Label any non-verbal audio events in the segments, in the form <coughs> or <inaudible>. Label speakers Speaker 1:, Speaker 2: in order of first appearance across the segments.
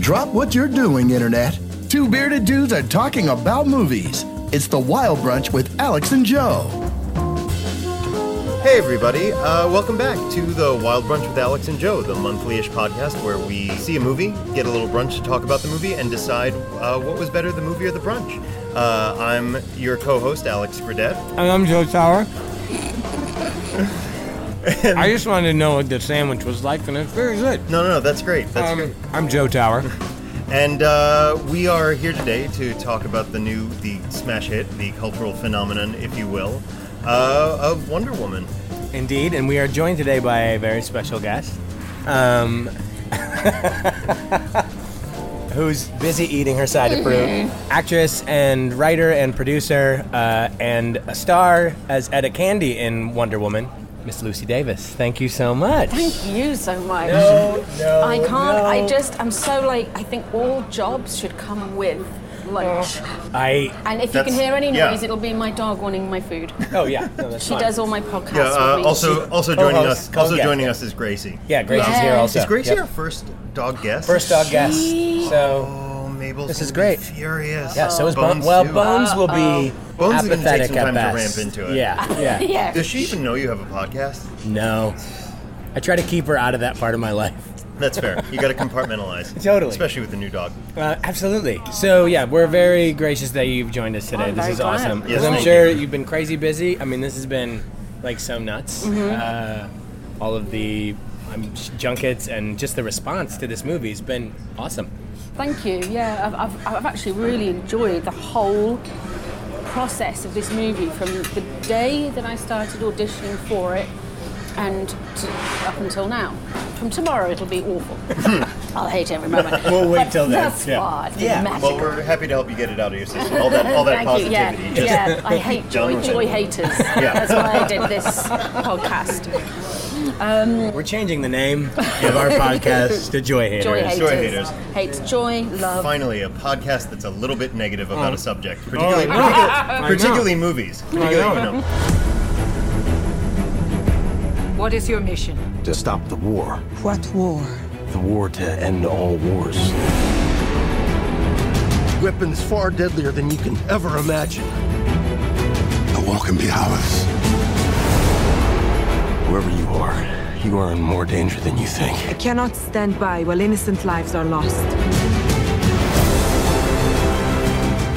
Speaker 1: Drop what you're doing, Internet. Two bearded dudes are talking about movies. It's the Wild Brunch with Alex and Joe.
Speaker 2: Hey, everybody. Uh, welcome back to the Wild Brunch with Alex and Joe, the monthly ish podcast where we see a movie, get a little brunch to talk about the movie, and decide uh, what was better, the movie or the brunch. Uh, I'm your co host, Alex Gradette.
Speaker 3: And I'm Joe
Speaker 2: <laughs>
Speaker 3: Tower. I just wanted to know what the sandwich was like, and it's very good.
Speaker 2: No, no, no, that's great. That's
Speaker 3: Um,
Speaker 2: great.
Speaker 3: I'm Joe Tower.
Speaker 2: And uh, we are here today to talk about the new, the smash hit, the cultural phenomenon, if you will, uh, of Wonder Woman.
Speaker 4: Indeed, and we are joined today by a very special guest, um, <laughs> who's busy eating her side of fruit.
Speaker 5: Mm-hmm.
Speaker 4: Actress and writer and producer uh, and a star as Etta Candy in Wonder Woman, Miss Lucy Davis. Thank you so much.
Speaker 5: Thank you so much. I can't. I just. I'm so like. I think all jobs should come with lunch.
Speaker 4: Oh. I
Speaker 5: And if you
Speaker 2: That's-
Speaker 5: can hear any
Speaker 2: yeah.
Speaker 5: noise, it'll be my dog wanting my food.
Speaker 4: oh yeah, no, that's
Speaker 5: She
Speaker 4: fine.
Speaker 5: does all my podcasts.
Speaker 2: Yeah,
Speaker 5: for
Speaker 2: uh,
Speaker 5: me.
Speaker 2: also,
Speaker 5: She-
Speaker 2: also joining
Speaker 4: co-host,
Speaker 2: us, also
Speaker 4: co-guest,
Speaker 2: joining
Speaker 4: Oh, yeah.
Speaker 2: us is Gracie.
Speaker 4: Yeah, Grace is here
Speaker 5: Yeah.
Speaker 4: also.
Speaker 2: Is Gracie
Speaker 4: Yep.
Speaker 2: our first dog guest?
Speaker 4: first dog guest?
Speaker 5: Gee.
Speaker 4: So.
Speaker 2: Oh, Mabel's
Speaker 4: This is
Speaker 2: gonna be
Speaker 4: great.
Speaker 2: Furious.
Speaker 4: Yeah, so is
Speaker 2: Bones.
Speaker 4: Bones. Well,
Speaker 2: too.
Speaker 4: Bones will be
Speaker 2: Bones is gonna take
Speaker 4: apathetic
Speaker 2: some time
Speaker 4: at
Speaker 2: to ramp
Speaker 4: best.
Speaker 2: into it.
Speaker 4: Yeah, <laughs> yeah.
Speaker 5: <laughs> yeah.
Speaker 2: Does she even know you have a podcast?
Speaker 4: No. I try to keep her out of that part of my life.
Speaker 2: That's fair. You got to compartmentalize.
Speaker 4: <laughs> Totally.
Speaker 2: Especially with the new dog.
Speaker 4: Uh, absolutely. So, yeah, we're very gracious that you've joined us today.
Speaker 5: I'm
Speaker 4: this
Speaker 5: very
Speaker 4: is
Speaker 5: glad.
Speaker 4: awesome.
Speaker 2: Yes,
Speaker 4: Because I'm
Speaker 2: thank
Speaker 4: sure
Speaker 2: you.
Speaker 4: you've been crazy busy. I mean, this has been like so nuts. Uh, all of the um, junkets and just the response to this movie has been awesome.
Speaker 5: Thank you. Yeah, I've, I've, I've actually really enjoyed the whole process of this movie from the day that I started auditioning for it and to, up until now. From tomorrow, it'll be
Speaker 4: <laughs>
Speaker 5: awful. <laughs> I'll hate every moment.
Speaker 4: We'll wait
Speaker 5: But
Speaker 4: till then,
Speaker 5: That's
Speaker 4: yeah.
Speaker 5: far. It's been
Speaker 4: Yeah.
Speaker 5: magical.
Speaker 2: Well, we're happy to help you get it out of your system. All that, all that
Speaker 5: Thank you.
Speaker 2: positivity.
Speaker 5: Yeah,
Speaker 2: Just-
Speaker 5: yeah. I hate
Speaker 2: Done
Speaker 5: joy,
Speaker 2: with
Speaker 5: joy
Speaker 2: it.
Speaker 5: haters.
Speaker 2: <laughs> Yeah.
Speaker 5: That's why I did this podcast.
Speaker 4: We're changing the <laughs> name of our podcast to Joy Haters.
Speaker 5: Joy haters.
Speaker 2: Joy <laughs> haters.
Speaker 5: Hates joy, love.
Speaker 2: Finally, a podcast that's a little bit negative about a subject, particularly,
Speaker 3: Oh, I know.
Speaker 2: particularly, particularly movies. Particularly,
Speaker 3: know.
Speaker 2: no.
Speaker 6: What is your mission?
Speaker 7: to stop the war.
Speaker 8: What war?
Speaker 7: The war to end all wars. Weapons far deadlier than you can ever imagine. The wall can be ours. Wherever you are, you are in more danger than you
Speaker 8: I
Speaker 7: think.
Speaker 8: cannot stand by while innocent lives are lost.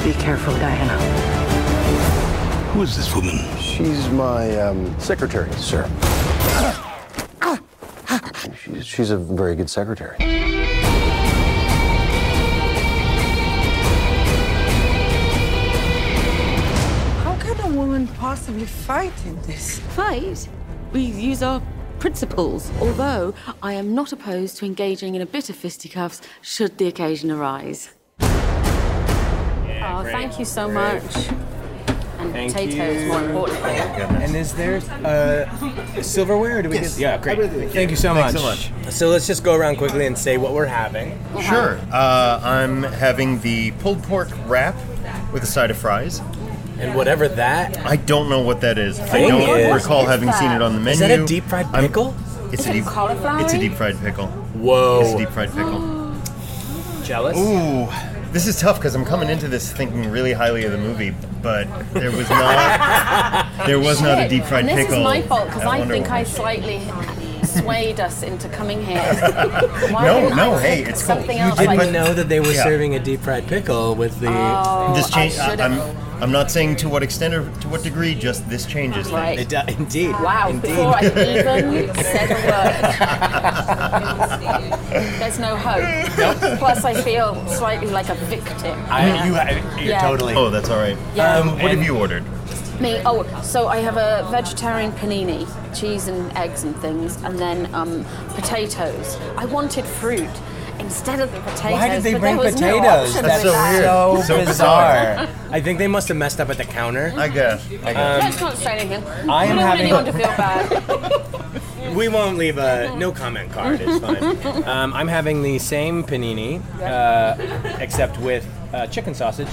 Speaker 6: Be careful, Diana.
Speaker 7: Who is this woman? She's my um, secretary, sir. She's, she's a very good secretary.
Speaker 8: How can a woman possibly fight in this?
Speaker 5: fight, we use our principles, although I am not opposed to engaging in a bit of fisticuffs should the occasion arise. oh, thank you so much. And
Speaker 4: Thank
Speaker 5: potatoes,
Speaker 4: you.
Speaker 5: more importantly.
Speaker 4: And is there uh, silverware? Or do we
Speaker 2: Yes.
Speaker 4: get? Yeah, great.
Speaker 2: Everything.
Speaker 4: Thank you so
Speaker 2: Thanks
Speaker 4: much.
Speaker 2: so
Speaker 4: So let's just go around quickly and say what we're having.
Speaker 2: Sure. Uh, I'm having the pulled pork wrap with a side of fries.
Speaker 4: And whatever that
Speaker 2: I don't know what that is. I
Speaker 4: Thing
Speaker 2: don't
Speaker 4: is-
Speaker 2: recall
Speaker 5: What is
Speaker 2: having
Speaker 5: that?
Speaker 2: seen it on the menu.
Speaker 4: is that a deep fried
Speaker 2: I'm-
Speaker 4: pickle?
Speaker 2: It's
Speaker 5: uh, Is it cauliflower?
Speaker 2: It's a deep fried pickle. It's a
Speaker 4: Whoa.
Speaker 2: deep fried pickle.
Speaker 4: Jealous?
Speaker 2: Ooh, this is tough because I'm coming into this thinking really highly of the movie, but there was not there was not a
Speaker 5: Shit.
Speaker 2: deep fried
Speaker 5: and this
Speaker 2: pickle.
Speaker 5: is my fault because
Speaker 2: at
Speaker 5: I
Speaker 2: Wonder
Speaker 5: think I
Speaker 2: Woman.
Speaker 5: slightly swayed us into coming
Speaker 2: <laughs>
Speaker 5: here. Why
Speaker 2: No,
Speaker 5: didn't
Speaker 2: no,
Speaker 5: I
Speaker 2: hey,
Speaker 5: think
Speaker 2: it's cool.
Speaker 5: something
Speaker 2: You
Speaker 5: else
Speaker 2: did,
Speaker 5: like
Speaker 2: but-
Speaker 4: didn't know that they were
Speaker 2: Yeah.
Speaker 4: serving a deep fried pickle with the.
Speaker 2: This
Speaker 5: I
Speaker 2: change. I
Speaker 5: should've-
Speaker 2: am I'm not saying to what extent or to what degree. Just this changes things.
Speaker 5: right.
Speaker 4: It do- indeed.
Speaker 5: Wow,
Speaker 4: Indeed.
Speaker 2: <laughs>
Speaker 5: before I even said a word. There's no hope. Plus, I feel slightly like a victim.
Speaker 4: I, you, I, you
Speaker 5: Yeah.
Speaker 4: totally.
Speaker 2: Oh, that's all right.
Speaker 5: Yeah.
Speaker 4: Um,
Speaker 2: What have
Speaker 4: and-
Speaker 2: you ordered?
Speaker 5: Me, oh, so I have a vegetarian panini, cheese and eggs and things, and then um, potatoes. I wanted fruit instead of the potatoes.
Speaker 4: Why did they
Speaker 5: but
Speaker 4: bring
Speaker 5: there was no
Speaker 4: potatoes?
Speaker 5: option
Speaker 2: That's
Speaker 5: with
Speaker 2: so
Speaker 5: that.
Speaker 2: weird.
Speaker 4: so
Speaker 2: So
Speaker 4: bizarre. I think they must have messed up at the counter.
Speaker 2: I guess. I guess.
Speaker 5: Let's not say anything.
Speaker 4: I
Speaker 5: We
Speaker 4: am
Speaker 5: don't want
Speaker 4: having-
Speaker 5: anyone to feel bad.
Speaker 4: We won't leave a no comment card. It's fine. Um, I'm having the same panini, uh, except with uh, chicken sausage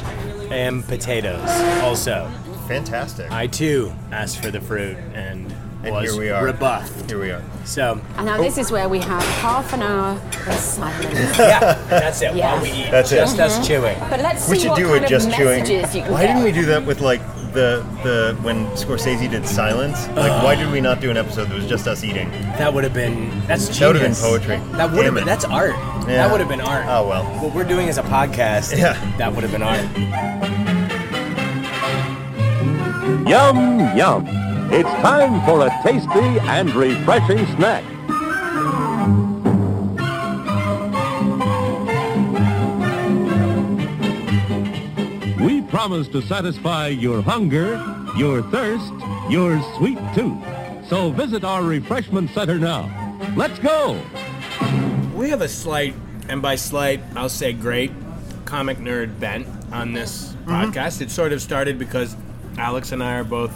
Speaker 4: and potatoes. Also,
Speaker 2: Fantastic.
Speaker 4: I too asked for the fruit and
Speaker 2: And
Speaker 9: was
Speaker 2: here we are.
Speaker 9: rebuffed.
Speaker 2: Here we are.
Speaker 10: So,
Speaker 5: And now this is where we have half an hour of silence.
Speaker 4: <laughs>
Speaker 10: yeah, that's it. While we eat,
Speaker 2: That's it.
Speaker 10: just us chewing.
Speaker 5: But let's
Speaker 2: We
Speaker 5: see
Speaker 2: should
Speaker 5: what
Speaker 2: do
Speaker 5: kind
Speaker 2: it
Speaker 5: of
Speaker 2: just chewing.
Speaker 5: messages you can
Speaker 2: Why
Speaker 5: get.
Speaker 2: didn't we do that with like the the when Scorsese did Silence? Like, why did we not do an episode that was just us eating?
Speaker 10: That would have been that's genius.
Speaker 2: That would've been poetry.
Speaker 10: That would
Speaker 2: Damn
Speaker 10: have been
Speaker 2: it.
Speaker 10: that's art.
Speaker 2: Yeah.
Speaker 10: That would have been art.
Speaker 2: Oh well.
Speaker 10: What we're doing as a podcast.
Speaker 2: Yeah.
Speaker 10: That would have been art.
Speaker 11: Yum, yum. It's time for a tasty and refreshing snack. We promise to satisfy your hunger, your thirst, your sweet tooth. So visit our refreshment center now. Let's go.
Speaker 4: We have a slight, and by slight, I'll say great, comic nerd bent on this podcast. It sort of started because Alex and I are both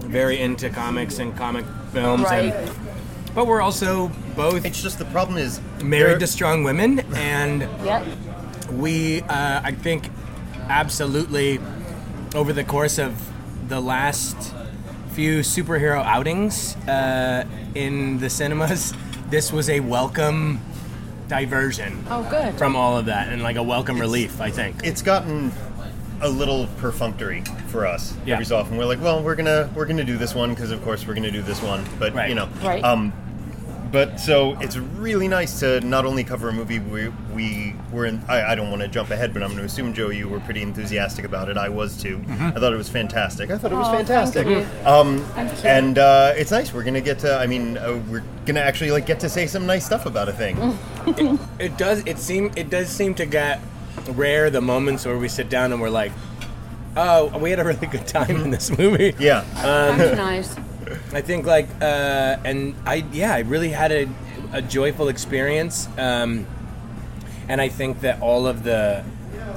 Speaker 4: very into comics and comic films,
Speaker 5: Right.
Speaker 4: and, but we're also both
Speaker 2: It's just the problem is
Speaker 4: married to
Speaker 2: there-
Speaker 4: strong women,
Speaker 5: <laughs>
Speaker 4: and
Speaker 5: Yep.
Speaker 4: we, uh, I think, absolutely over the course of the last few superhero outings uh, in the cinemas, <laughs> this was a welcome diversion
Speaker 5: Oh, good.
Speaker 4: from all of that and like a welcome relief, I think.
Speaker 2: it's gotten a little perfunctory for us
Speaker 4: Yeah.
Speaker 2: every so often. We're like, well, we're gonna we're gonna do this one because of course we're gonna do this one, but
Speaker 4: Right.
Speaker 2: you know,
Speaker 5: Right.
Speaker 2: um, but so it's really nice to not only cover a movie we we were in. I, I don't want to jump ahead, but I'm going to assume Joe, you were pretty enthusiastic about it. I was too.
Speaker 4: Mm-hmm.
Speaker 2: I thought it was fantastic. I thought it was
Speaker 5: Oh, thank
Speaker 2: fantastic.
Speaker 5: you.
Speaker 2: Um,
Speaker 5: Thank you.
Speaker 2: and uh, it's nice. We're gonna get to. I mean, uh, we're gonna actually like get to say some nice stuff about a thing.
Speaker 5: Mm.
Speaker 4: It does. It seem. It does seem to get rare the moments where we sit down and we're like, "Oh, we had a really good time in this <laughs> movie."
Speaker 2: Yeah.
Speaker 4: <laughs>
Speaker 5: That's nice.
Speaker 4: I think like uh, and I yeah I really had a, a joyful experience um, and I think that all of the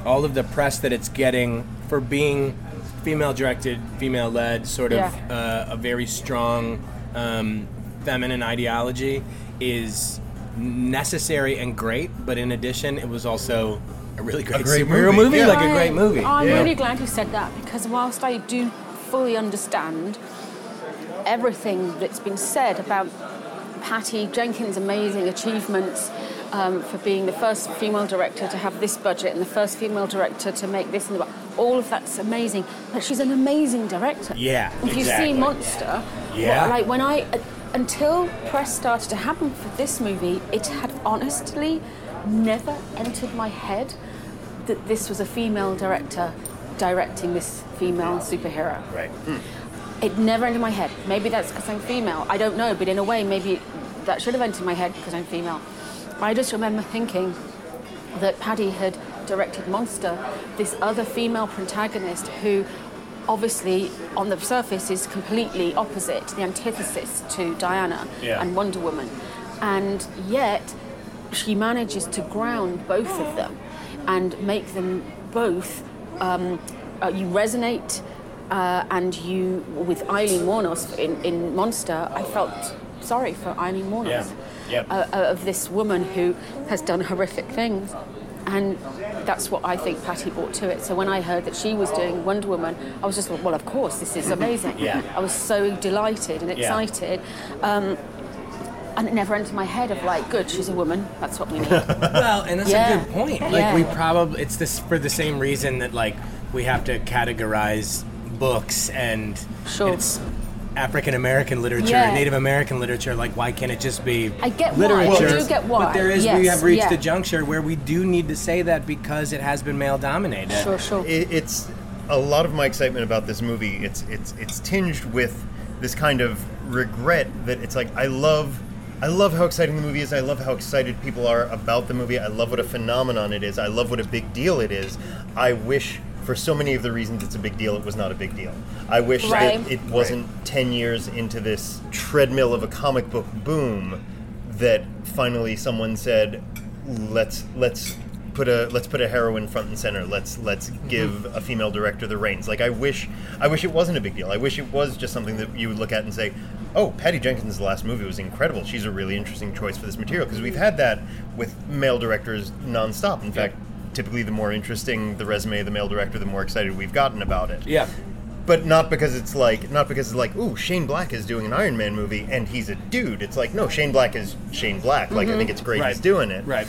Speaker 4: all of the press that it's getting for being female directed female led sort of
Speaker 5: Yeah.
Speaker 4: uh, a very strong um, feminine ideology is necessary and great but in addition it was also a really great,
Speaker 2: great
Speaker 4: superhero
Speaker 2: movie,
Speaker 4: movie,
Speaker 2: yeah.
Speaker 4: like a great movie
Speaker 5: I'm
Speaker 4: you know?
Speaker 5: really glad you said that because whilst I do fully understand everything that's been said about Patty Jenkins' amazing achievements um, for being the first female director to have this budget and the first female director to make this and that, all of that's amazing. But she's an amazing director.
Speaker 4: Yeah,
Speaker 5: If you
Speaker 4: exactly.
Speaker 5: see Monster,
Speaker 4: Yeah.
Speaker 5: what- like when I until press started to happen for this movie, it had honestly never entered my head that this was a female director directing this female superhero.
Speaker 10: Right.
Speaker 5: It never entered my head. Maybe that's because I'm female. I don't know, but in a way, maybe that should have entered my head because I'm female. I just remember thinking that Paddy had directed Monster, this other female protagonist who obviously on the surface is completely opposite, the antithesis to Diana
Speaker 10: Yeah.
Speaker 5: and Wonder Woman. And yet she manages to ground both of them and make them both um, uh, you resonate uh, and you with Eileen Warnos in, in Monster, I felt sorry for Eileen Warnos
Speaker 10: Yeah. Yep.
Speaker 5: uh, of this woman who has done horrific things. And that's what I think Patty brought to it. So when I heard that she was doing Wonder Woman, I was just like, well, of course, this is amazing.
Speaker 10: Yeah.
Speaker 5: I was so delighted and excited. Um, and it never entered my head of like, good, she's a woman. That's what we need.
Speaker 10: <laughs> Well, and that's
Speaker 5: Yeah.
Speaker 10: a good point. Like
Speaker 5: Yeah.
Speaker 10: we probably it's this for the same reason that like we have to categorize books and
Speaker 5: Sure.
Speaker 10: it's African American literature,
Speaker 5: Yeah.
Speaker 10: Native American literature. Like why can't it just be
Speaker 5: I get why.
Speaker 10: literature?
Speaker 5: I do get why.
Speaker 10: But there is we
Speaker 5: Yes,
Speaker 10: have reached
Speaker 5: yeah.
Speaker 10: a juncture where we do need to say that because it has been male dominated.
Speaker 5: sure, sure.
Speaker 2: it, it's a lot of my excitement about this movie. It's it's it's tinged with this kind of regret that it's like I love. I love how exciting the movie is. I love how excited people are about the movie. I love what a phenomenon it is. I love what a big deal it is. I wish, for so many of the reasons it's a big deal, it was not a big deal. I wish
Speaker 5: Right.
Speaker 2: that it wasn't 10 years into this treadmill of a comic book boom that finally someone said let's let's put a let's put a heroine front and center let's let's give a female director the reins like i wish i wish it wasn't a big deal i wish it was just something that you would look at and say oh patty jenkins' last movie was incredible she's a really interesting choice for this material because we've had that with male directors nonstop in fact typically the more interesting the resume of the male director the more excited we've gotten about it
Speaker 4: yeah
Speaker 2: but not because it's like not because it's like ooh Shane Black is doing an Iron Man movie and he's a dude. It's like no Shane Black is Shane Black. Like I
Speaker 4: Mhm.
Speaker 2: think it's great he's
Speaker 4: Right.
Speaker 2: doing it.
Speaker 4: Right.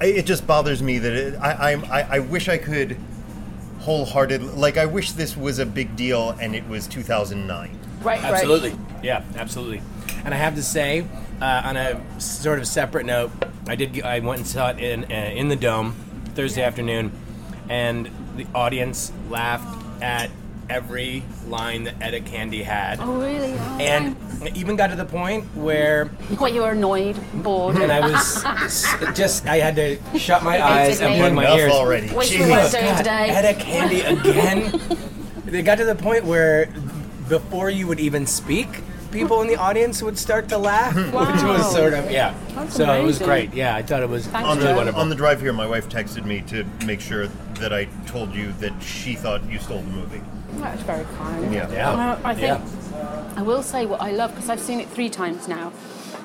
Speaker 2: I, it just bothers me that it, I, I'm- I I wish I could wholeheartedly like I wish this was a big deal and it was 2009.
Speaker 5: Right,
Speaker 4: Absolutely. Yeah, absolutely. And I have to say, uh, on a sort of separate note, I did. g- I went and saw it in uh, in the dome Thursday afternoon, and the audience laughed at every line that Etta Candy had.
Speaker 5: Oh, really?
Speaker 4: And it even got to the point where,
Speaker 5: What, you were annoyed, bored?
Speaker 4: and I
Speaker 5: <laughs>
Speaker 4: was s- just, I had to shut my eyes and plug my
Speaker 2: Enough
Speaker 4: ears.
Speaker 2: already.
Speaker 5: Wish we weren't doing
Speaker 4: God,
Speaker 5: today.
Speaker 4: Etta Candy again. they got to the point where, before you would even speak, people in the audience would start to laugh, which was sort of yeah.
Speaker 5: That's
Speaker 4: so it was
Speaker 5: amazing.
Speaker 4: great. Yeah, I thought it was
Speaker 5: Thanks,
Speaker 2: on
Speaker 4: really
Speaker 5: Joe.
Speaker 2: the,
Speaker 4: wonderful.
Speaker 2: on the drive here, my wife texted me to make sure that I told you that she thought you stole the movie.
Speaker 5: That's very kind.
Speaker 2: Yeah.
Speaker 4: Yeah.
Speaker 5: And I, I think
Speaker 4: Yeah.
Speaker 5: I will say what I love because I've seen it three times now,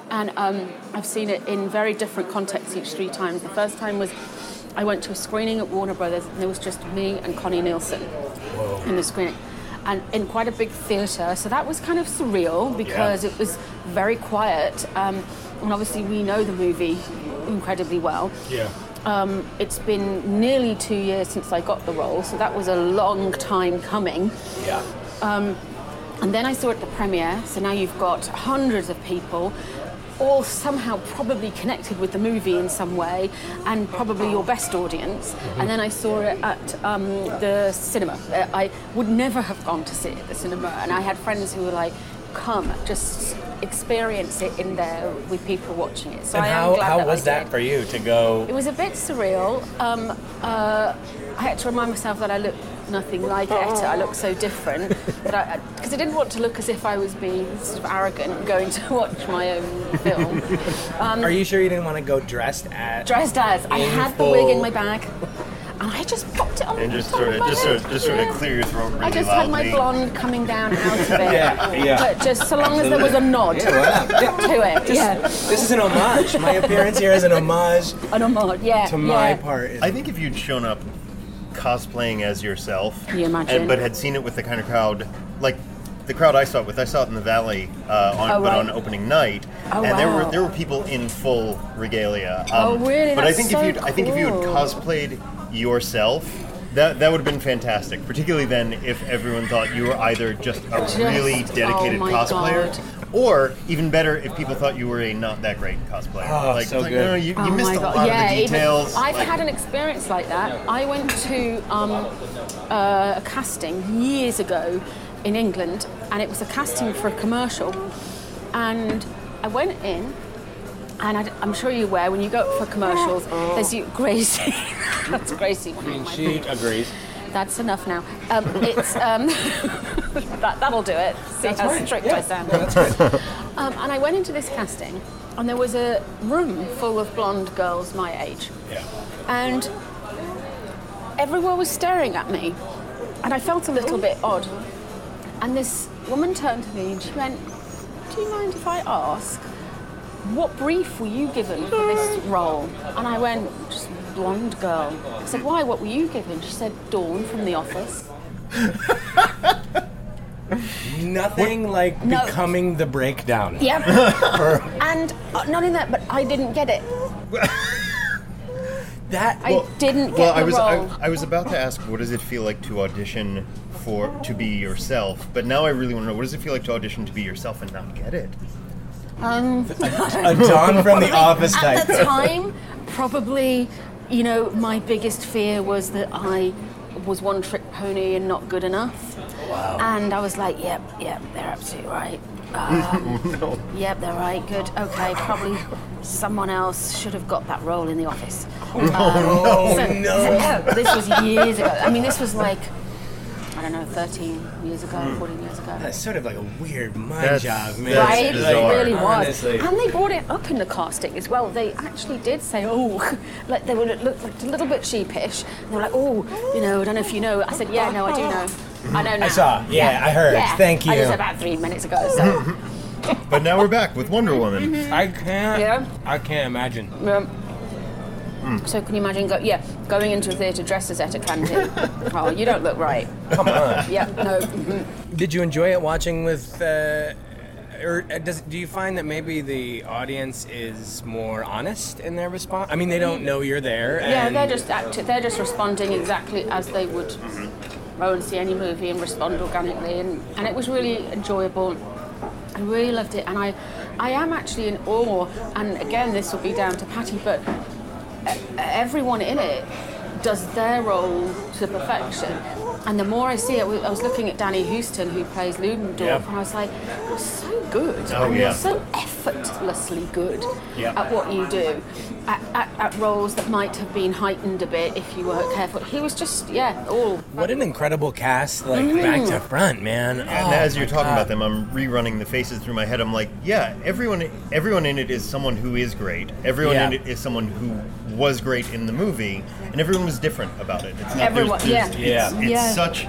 Speaker 5: and um, I've seen it in very different contexts each three times. The first time was I went to a screening at Warner Brothers, and there was just me and Connie Nielsen in the screening, and in quite a big theatre. So that was kind of surreal because it was very quiet, um, and obviously we know the movie incredibly well.
Speaker 4: yeah.
Speaker 5: Um, it's been nearly two years since I got the role, so that was a long time coming. Um,
Speaker 4: Yeah.
Speaker 5: And then I saw it at the premiere, so now you've got hundreds of people, all somehow probably connected with the movie in some way, and probably your best audience.
Speaker 4: Mm-hmm.
Speaker 5: And then I saw it at um, the cinema. Uh, I would never have gone to see it at the cinema, and I had friends who were like, come, just experience it in there with people watching it. So
Speaker 4: And
Speaker 5: I
Speaker 4: how,
Speaker 5: am glad
Speaker 4: how
Speaker 5: that I
Speaker 4: was that
Speaker 5: did.
Speaker 4: for you to go?
Speaker 5: It was a bit surreal. Um, uh, I had to remind myself that I look nothing like Etta. I look so different that because I, didn't want to look as if I was being sort of arrogant going to <laughs> watch my own film.
Speaker 4: Are you sure you didn't want to go dressed at?
Speaker 5: Dressed as I
Speaker 4: In
Speaker 5: had the wig in
Speaker 4: full.
Speaker 5: my bag, and I just popped it on.
Speaker 2: And just
Speaker 5: the top
Speaker 2: sort of,
Speaker 5: my
Speaker 2: just
Speaker 5: head.
Speaker 2: sort of, just sort of
Speaker 5: Yeah.
Speaker 2: clear your throat really
Speaker 5: I just had
Speaker 2: loudly.
Speaker 5: my blonde coming down out of it.
Speaker 4: Yeah, yeah.
Speaker 5: But just so long as there was a nod to it. yeah.
Speaker 4: This is an homage. My appearance here is an homage
Speaker 5: An homage. Yeah.
Speaker 4: to my
Speaker 5: yeah.
Speaker 4: part.
Speaker 2: I think if you'd shown up cosplaying as yourself,
Speaker 5: Can you imagine?
Speaker 2: and- but had seen it with the kind of crowd, like the crowd I saw it with, I saw it in the Valley, uh, on,
Speaker 5: Oh,
Speaker 2: but
Speaker 5: right.
Speaker 2: on opening night,
Speaker 5: Oh,
Speaker 2: and there were
Speaker 5: wow.
Speaker 2: there were people in full regalia. Um,
Speaker 5: Oh, really?
Speaker 2: But I
Speaker 5: That's
Speaker 2: think
Speaker 5: so
Speaker 2: if you would I think if you had
Speaker 5: cool.
Speaker 2: cosplayed yourself. That, that would have been fantastic, particularly then if everyone thought you were either just a really
Speaker 5: oh
Speaker 2: dedicated
Speaker 5: my
Speaker 2: cosplayer,
Speaker 5: God.
Speaker 2: or even better, if people thought you were a not that great cosplayer.
Speaker 4: Oh,
Speaker 2: like,
Speaker 4: so
Speaker 2: it's like,
Speaker 4: good.
Speaker 2: no, no, you, you
Speaker 5: Oh
Speaker 2: missed
Speaker 5: my
Speaker 2: a
Speaker 5: God.
Speaker 2: lot
Speaker 5: yeah,
Speaker 2: of the details.
Speaker 5: Even, I've
Speaker 2: like-
Speaker 5: had an experience like that. I went to um, uh, a casting years ago in England, and it was a casting for a commercial. And I went in, and I, am sure you're aware when you go up for commercials,
Speaker 2: Oh.
Speaker 5: there's you, <laughs> Gracie. that's Gracie. One of my
Speaker 4: she agrees.
Speaker 5: that's enough now. Um, it's um, <laughs> that, that'll do it. See how strict I sound. <laughs> um, and I went into this casting, and there was a room full of blonde girls my age,
Speaker 4: Yeah.
Speaker 5: and everyone was staring at me, and I felt a little bit odd. And this woman turned to me and she went, "Do you mind if I ask?" What brief were you given for this role? And I went, just blonde girl. I said, why? What were you given? She said, Dawn from The Office.
Speaker 4: Nothing like
Speaker 5: No.
Speaker 4: becoming the breakdown.
Speaker 2: <laughs>
Speaker 5: Yep. and uh, not only that, but I didn't get it.
Speaker 4: That
Speaker 5: I didn't
Speaker 2: <laughs>
Speaker 5: get
Speaker 2: well,
Speaker 5: the
Speaker 2: I was
Speaker 5: role.
Speaker 2: I, I was about to ask, what does it feel like to audition for to be yourself? But now I really want to know, what does it feel like to audition to be yourself and not get it?
Speaker 4: a Don from
Speaker 5: <laughs>
Speaker 4: the office type.
Speaker 5: At
Speaker 4: <laughs>
Speaker 5: the time, probably, you know, my biggest fear was that I was one trick pony and not good enough. Wow. And I was like, yep, yep, they're absolutely
Speaker 4: <laughs>
Speaker 5: right. Um, Yep, they're right. Good. Okay, probably someone else should have got that role in the office. Um,
Speaker 4: Oh
Speaker 5: So-
Speaker 4: no!
Speaker 5: so- this was years ago. I mean, this was like, I don't know, 13 years ago,
Speaker 4: Hmm.
Speaker 5: 14 years ago.
Speaker 4: That's sort of like a weird mind
Speaker 2: That's-
Speaker 4: job, man.
Speaker 2: that's
Speaker 5: Right,
Speaker 2: bizarre.
Speaker 5: it really was,
Speaker 4: Honestly.
Speaker 5: and they brought it up in the casting as well. They actually did say, "Oh, <laughs> like they were looked like a little bit sheepish." And they were like, "Oh, you know, I don't know if you know." I said, "Yeah, no, I do know. I know now."
Speaker 4: saw. Yeah, I heard. Thank
Speaker 5: I
Speaker 4: you.
Speaker 5: was about three minutes ago. So,
Speaker 4: <laughs>
Speaker 2: But now we're back with Wonder Woman.
Speaker 4: I can't.
Speaker 5: Yeah.
Speaker 4: I can't imagine.
Speaker 5: um,
Speaker 4: Hmm.
Speaker 5: So can you imagine? Go, yeah, going into a theatre dressed as Etta
Speaker 4: <laughs>
Speaker 5: Candy. oh, you don't look right.
Speaker 4: Come <laughs> on.
Speaker 5: Yeah, no. mhm.
Speaker 4: Did you enjoy it watching with, uh, or uh, does do you find that maybe the audience is more honest in their response? I mean, they don't know you're there.
Speaker 5: Yeah,
Speaker 4: and
Speaker 5: they're just act- they're just responding exactly as they would
Speaker 2: Mm-hmm.
Speaker 5: go and see any movie and respond organically, and, and it was really enjoyable. I really loved it, and I I am actually in awe. And again, this will be down to Patty, but e- everyone in it does their role to perfection. And the more I see it, we- I was looking at Danny Houston, who plays Ludendorff,
Speaker 2: Yep.
Speaker 5: and I was like, you're so good.
Speaker 2: Oh,
Speaker 5: and
Speaker 2: yeah.
Speaker 5: You're so effortlessly good
Speaker 2: Yep.
Speaker 5: at what you do, at, at, at roles that might have been heightened a bit if you were careful. He was just, yeah, all.
Speaker 4: What an incredible cast, like
Speaker 5: Mm-hmm.
Speaker 4: back to front, man. Oh
Speaker 2: And
Speaker 5: Oh
Speaker 2: as you're talking about them, I'm rerunning the faces through my head. I'm like, yeah, everyone, everyone in it is someone who is great. Everyone in
Speaker 4: Yeah.
Speaker 2: it is someone who was great in the movie, and everyone was different about it. It's not,
Speaker 5: Everyone- yeah.
Speaker 2: it's,
Speaker 4: Yeah.
Speaker 2: it's
Speaker 5: Yeah.
Speaker 2: such.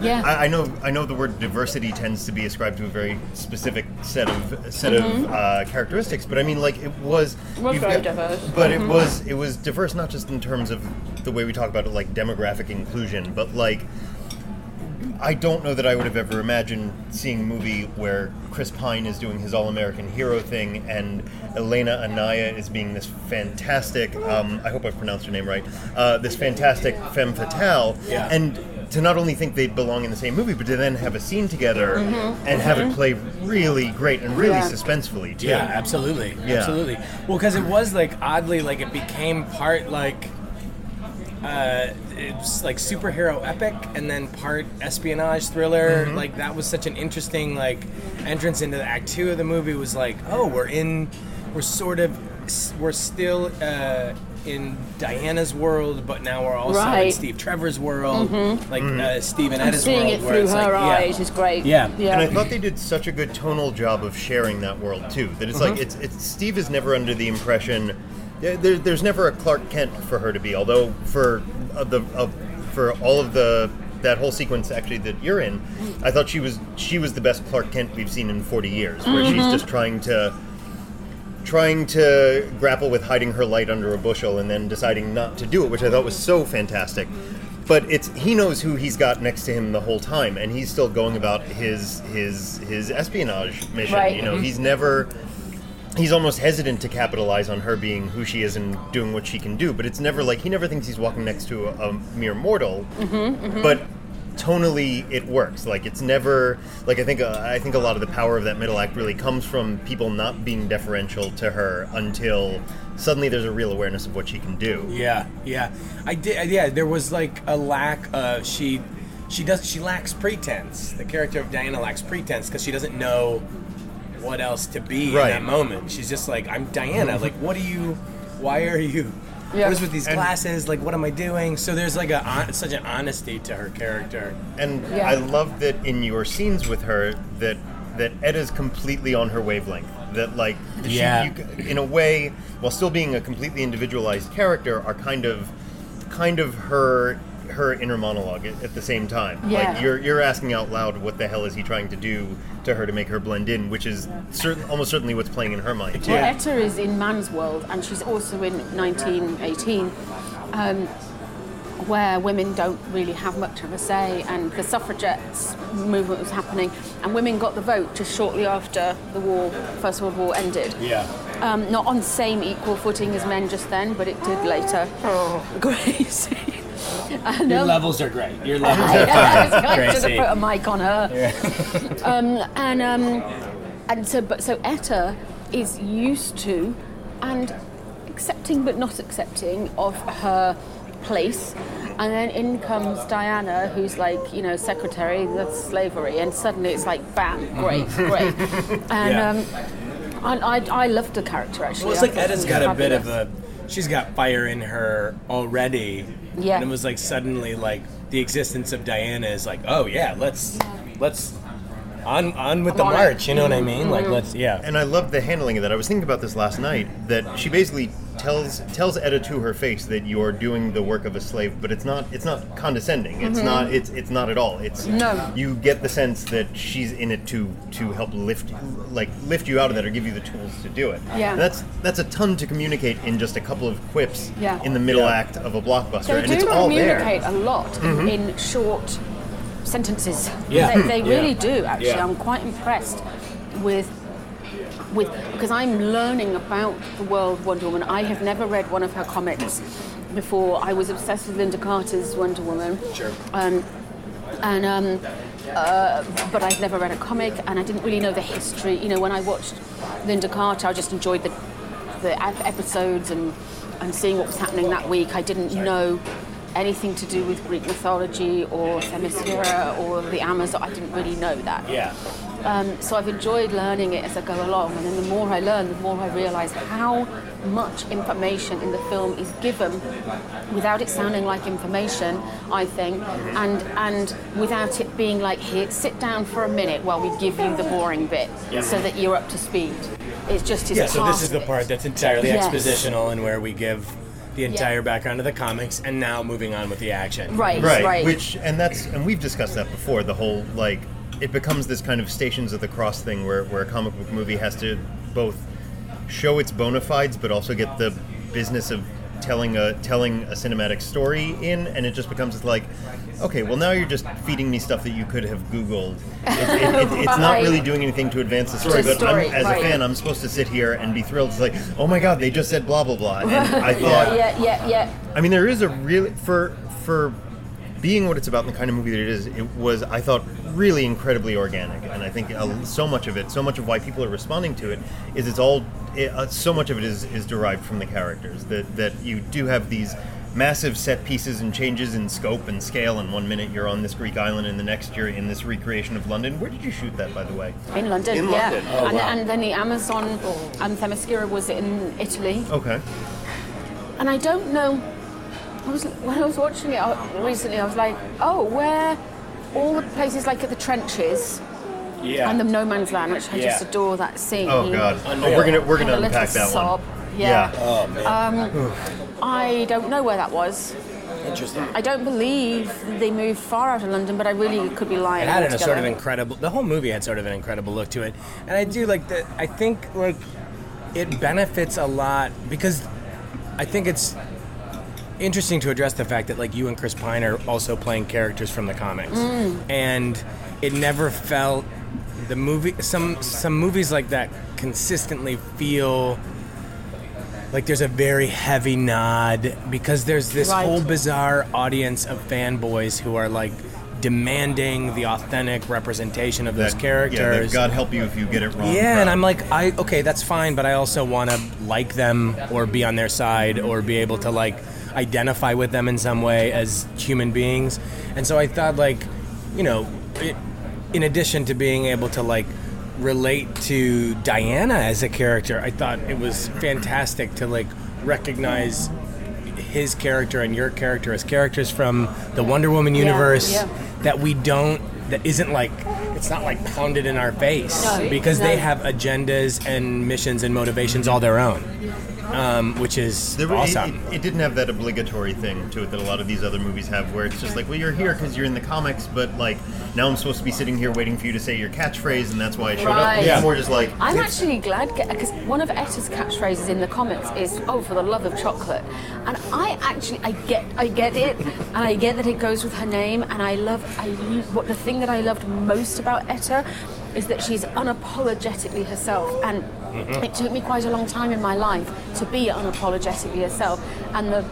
Speaker 5: Yeah.
Speaker 2: I, I know. I know the word diversity tends to be ascribed to a very specific set of set of uh, characteristics, but I mean, like it was.
Speaker 5: Mm-hmm. was
Speaker 2: you've
Speaker 5: very diverse. Mm-hmm.
Speaker 2: But it was it was diverse not just in terms of the way we talk about it, like demographic inclusion, but like I don't know that I would have ever imagined seeing a movie where Chris Pine is doing his All American Hero thing and Elena Anaya is being this fantastic, um, I hope I pronounced her name right, uh, this fantastic femme fatale.
Speaker 4: Yeah.
Speaker 2: And to not only think they belong in the same movie, but to then have a scene together and have it play really great and really
Speaker 5: Yeah.
Speaker 2: suspensefully, too.
Speaker 4: Mm-hmm. Yeah, absolutely,
Speaker 2: Yeah.
Speaker 4: absolutely. Well, because it was like oddly, like it became part like uh, it's like superhero epic, and then part espionage thriller. Like that was such an interesting like entrance into the act two of the movie. Was like, oh, we're in, we're sort of, we're still uh, in Diana's world, but now we're also in
Speaker 5: Right. Mm-hmm.
Speaker 4: Steve Trevor's world, like uh, Steven
Speaker 5: I'm
Speaker 4: Edda's
Speaker 5: seeing
Speaker 4: world.
Speaker 5: it
Speaker 4: where
Speaker 5: through
Speaker 4: it's like,
Speaker 5: her eyes
Speaker 4: Yeah.
Speaker 5: is great.
Speaker 4: Yeah.
Speaker 5: yeah.
Speaker 2: And I thought they did such a good tonal job of sharing that world too. That it's like it's, it's Steve is never under the impression there, there- there's never a Clark Kent for her to be. Although for of the of, for all of the that whole sequence actually that you're in, I thought she was she was the best Clark Kent we've seen in 40 years, where she's just trying to trying to grapple with hiding her light under a bushel and then deciding not to do it, which I thought was so fantastic. But it's he knows who he's got next to him the whole time, and he's still going about his his his espionage mission.
Speaker 5: Right.
Speaker 2: You know, he's never he's almost hesitant to capitalize on her being who she is and doing what she can do. But it's never like he never thinks he's walking next to a, a mere mortal. But tonally, it works. Like it's never like I think uh, I think a lot of the power of that middle act really comes from people not being deferential to her until suddenly there's a real awareness of what she can do.
Speaker 4: Yeah, yeah. I did. Yeah, there was like a lack of she. She does. She lacks pretense. The character of Diana lacks pretense because she doesn't know what else to be
Speaker 2: Right. Mm-hmm.
Speaker 4: in that moment. She's just like, I'm Diana. Like, what are you? Why are you?
Speaker 5: Yeah.
Speaker 4: What is with these
Speaker 2: And-
Speaker 4: glasses? Like, what am I doing? So there's like a hon- such an honesty to her character.
Speaker 2: And
Speaker 5: Yeah.
Speaker 2: I love that in your scenes with her that that Edda's completely on her wavelength. That like she-
Speaker 4: Yeah.
Speaker 2: you, c- in a way, while still being a completely individualized character, are kind of kind of her her inner monologue at, at the same time. Like
Speaker 5: Yeah.
Speaker 2: you're you're asking out loud what the hell is he trying to do to her to make her blend in, which is certain almost certainly what's playing in her mind too.
Speaker 5: Well, Etta is in Man's World, and she's also in 1918, um, where women don't really have much of a say, and the suffragettes movement was happening, and women got the vote just shortly after the war, First World War ended.
Speaker 4: Yeah.
Speaker 5: Um, not on same equal footing as men just then, but it did later. <laughs> Gracie. And,
Speaker 4: Your
Speaker 5: um, <laughs>
Speaker 4: levels are great. Your levels are
Speaker 5: I was going
Speaker 4: <laughs>
Speaker 5: to
Speaker 4: Gracie.
Speaker 5: put a mic on her. <laughs> um, and um, and so but so Etta is used to and accepting but not accepting of her place. And then in comes Diana, who's like, you know, secretary, that's slavery. And suddenly it's like, bam, great,
Speaker 4: Mm-hmm.
Speaker 5: great.
Speaker 4: <laughs>
Speaker 5: And
Speaker 4: Yeah.
Speaker 5: um, I, I, I loved the character actually.
Speaker 4: Well, it's
Speaker 5: I
Speaker 4: like
Speaker 5: thought she
Speaker 4: Edda's
Speaker 5: was
Speaker 4: got a bit
Speaker 5: fabulous.
Speaker 4: of a. She's got fire in her already.
Speaker 5: Yeah.
Speaker 4: And it was like suddenly like the existence of Diana is like, oh yeah, let's let's on on with the
Speaker 5: On Mm-hmm. it.
Speaker 4: march. You know what I mean? Like let's yeah.
Speaker 2: And I love the handling of that. I was thinking about this last night that she basically tells tells Etta to her face that you are doing the work of a slave, but it's not it's not condescending. It's
Speaker 5: Mhm.
Speaker 2: not it's it's not at all. It's
Speaker 5: No.
Speaker 2: You get the sense that she's in it to to help lift like lift you out of that or give you the tools to do it.
Speaker 5: Yeah.
Speaker 2: And that's that's a ton to communicate in just a couple of quips
Speaker 5: Yeah.
Speaker 2: in the middle act of a blockbuster,
Speaker 5: They
Speaker 2: and
Speaker 5: do
Speaker 2: it's all there.
Speaker 5: communicate a lot
Speaker 2: Mhm.
Speaker 5: in short sentences.
Speaker 2: Yeah.
Speaker 5: They,
Speaker 2: <laughs>
Speaker 5: they
Speaker 2: Yeah.
Speaker 5: really do, actually.
Speaker 2: Yeah.
Speaker 5: I'm quite impressed with with because I'm learning about the world Wonder Woman. I have never read one of her comics before. I was obsessed with Linda Carter's Wonder Woman. Sure. Um, and um, uh, but I'd never read a comic, and I didn't really know the history. You know, when I watched Linda Carter, I just enjoyed the the ep- episodes and and seeing what was happening that week. I didn't know anything to do with Greek mythology or Themyscira or the Amazon. I didn't really know that.
Speaker 12: Yeah.
Speaker 5: Um, so I've enjoyed learning it as I go along, and then the more I learn, the more I realise how much information in the film is given without it sounding like information. I think, and and without it being like here, sit down for a minute while we give you the boring bit,
Speaker 12: Yeah.
Speaker 5: so that you're up to speed. It's just his
Speaker 4: yeah, so this
Speaker 5: past
Speaker 4: is the part that's entirely
Speaker 5: Yes.
Speaker 4: expositional and where we give the
Speaker 5: Yeah.
Speaker 4: entire background of the comics and now moving on with the action.
Speaker 2: right, Which and that's and we've discussed that before. The whole like it becomes this kind of Stations of the Cross thing, where where a comic book movie has to both show its bona fides, but also get the business of telling a telling a cinematic story in, and it just becomes this, like. Okay, well now you're just feeding me stuff that you could have Googled. It- it- it- it's not
Speaker 5: Right.
Speaker 2: really doing anything to advance the story,
Speaker 5: To the
Speaker 2: but I'm-
Speaker 5: story,
Speaker 2: as
Speaker 5: right.
Speaker 2: a fan, I'm supposed to sit here and be thrilled. It's like, oh my god, they just said blah blah
Speaker 5: <laughs>
Speaker 2: blah, and I thought
Speaker 5: yeah, yeah, yeah.
Speaker 2: I mean, there is a really for for being what it's about and the kind of movie that it is. It was, I thought, really incredibly organic, and I think uh, so much of it, so much of why people are responding to it, is it's all. It, uh, so much of it is is derived from the characters. That that you do have these massive set pieces and changes in scope and scale. And one minute you're on this Greek island, and the next you're in this recreation of London. Where did you shoot that, by the way?
Speaker 5: In London,
Speaker 2: In
Speaker 5: yeah.
Speaker 2: London. Oh,
Speaker 5: and, and then the Amazon and Themyscira was in Italy.
Speaker 2: okay.
Speaker 5: And I don't know, I was, when I was watching it uh, recently, I was like, oh, where all the places like at the trenches
Speaker 2: Yeah.
Speaker 5: and the no man's land, which I just
Speaker 2: Yeah.
Speaker 5: adore that scene.
Speaker 2: Oh god. Oh, we're gonna we're gonna
Speaker 5: And a
Speaker 2: unpack
Speaker 5: little
Speaker 2: that
Speaker 5: sob.
Speaker 2: one.
Speaker 5: Yeah.
Speaker 2: Oh
Speaker 5: Um, I don't know where that was.
Speaker 4: Interesting.
Speaker 5: I don't believe they moved far out of London, but I really could be lying.
Speaker 4: It had a
Speaker 5: altogether.
Speaker 4: sort of incredible. The whole movie had sort of an incredible look to it, and I do like that. I think like it benefits a lot because I think it's interesting to address the fact that like you and Chris Pine are also playing characters from the comics,
Speaker 12: Mm.
Speaker 4: and it never felt the movie. Some some movies like that consistently feel like there's a very heavy nod because there's this
Speaker 12: Right.
Speaker 4: whole bizarre audience of fanboys who are like demanding the authentic representation of those
Speaker 2: That- yeah, that
Speaker 4: characters.
Speaker 2: God help you if you get it wrong.
Speaker 4: Yeah, and I'm like, I okay, that's fine, but I also want to like them or be on their side or be able to like identify with them in some way as human beings. And so I thought, like, you know, it, in addition to being able to like relate to Diana as a character, I thought it was fantastic to like recognize his character and your character as characters from the Wonder Woman
Speaker 12: Yeah,
Speaker 4: universe
Speaker 12: yeah.
Speaker 4: that we don't that isn't like it's not like pounded in our face
Speaker 12: No,
Speaker 4: because
Speaker 12: no.
Speaker 4: they have agendas and missions and motivations all their own um, which is
Speaker 2: There were- it-
Speaker 4: awesome
Speaker 2: It, it didn't have that obligatory thing to it that a lot of these other movies have, where it's just like, well, you're here because you're in the comics, but like now I'm supposed to be sitting here waiting for you to say your catchphrase, and that's why I showed up. It's
Speaker 5: Right.
Speaker 2: more just like
Speaker 5: I'm
Speaker 2: it's-
Speaker 5: actually glad because one of Etta's catchphrases in the comics is "Oh, for the love of chocolate," and I actually I get I get it, and I get that it goes with her name, and I love I what the thing that I loved most about Etta is that she's unapologetically herself, and
Speaker 2: Mm-hmm.
Speaker 13: Mhm.
Speaker 5: it took me quite a long time in my life to be unapologetically herself, and the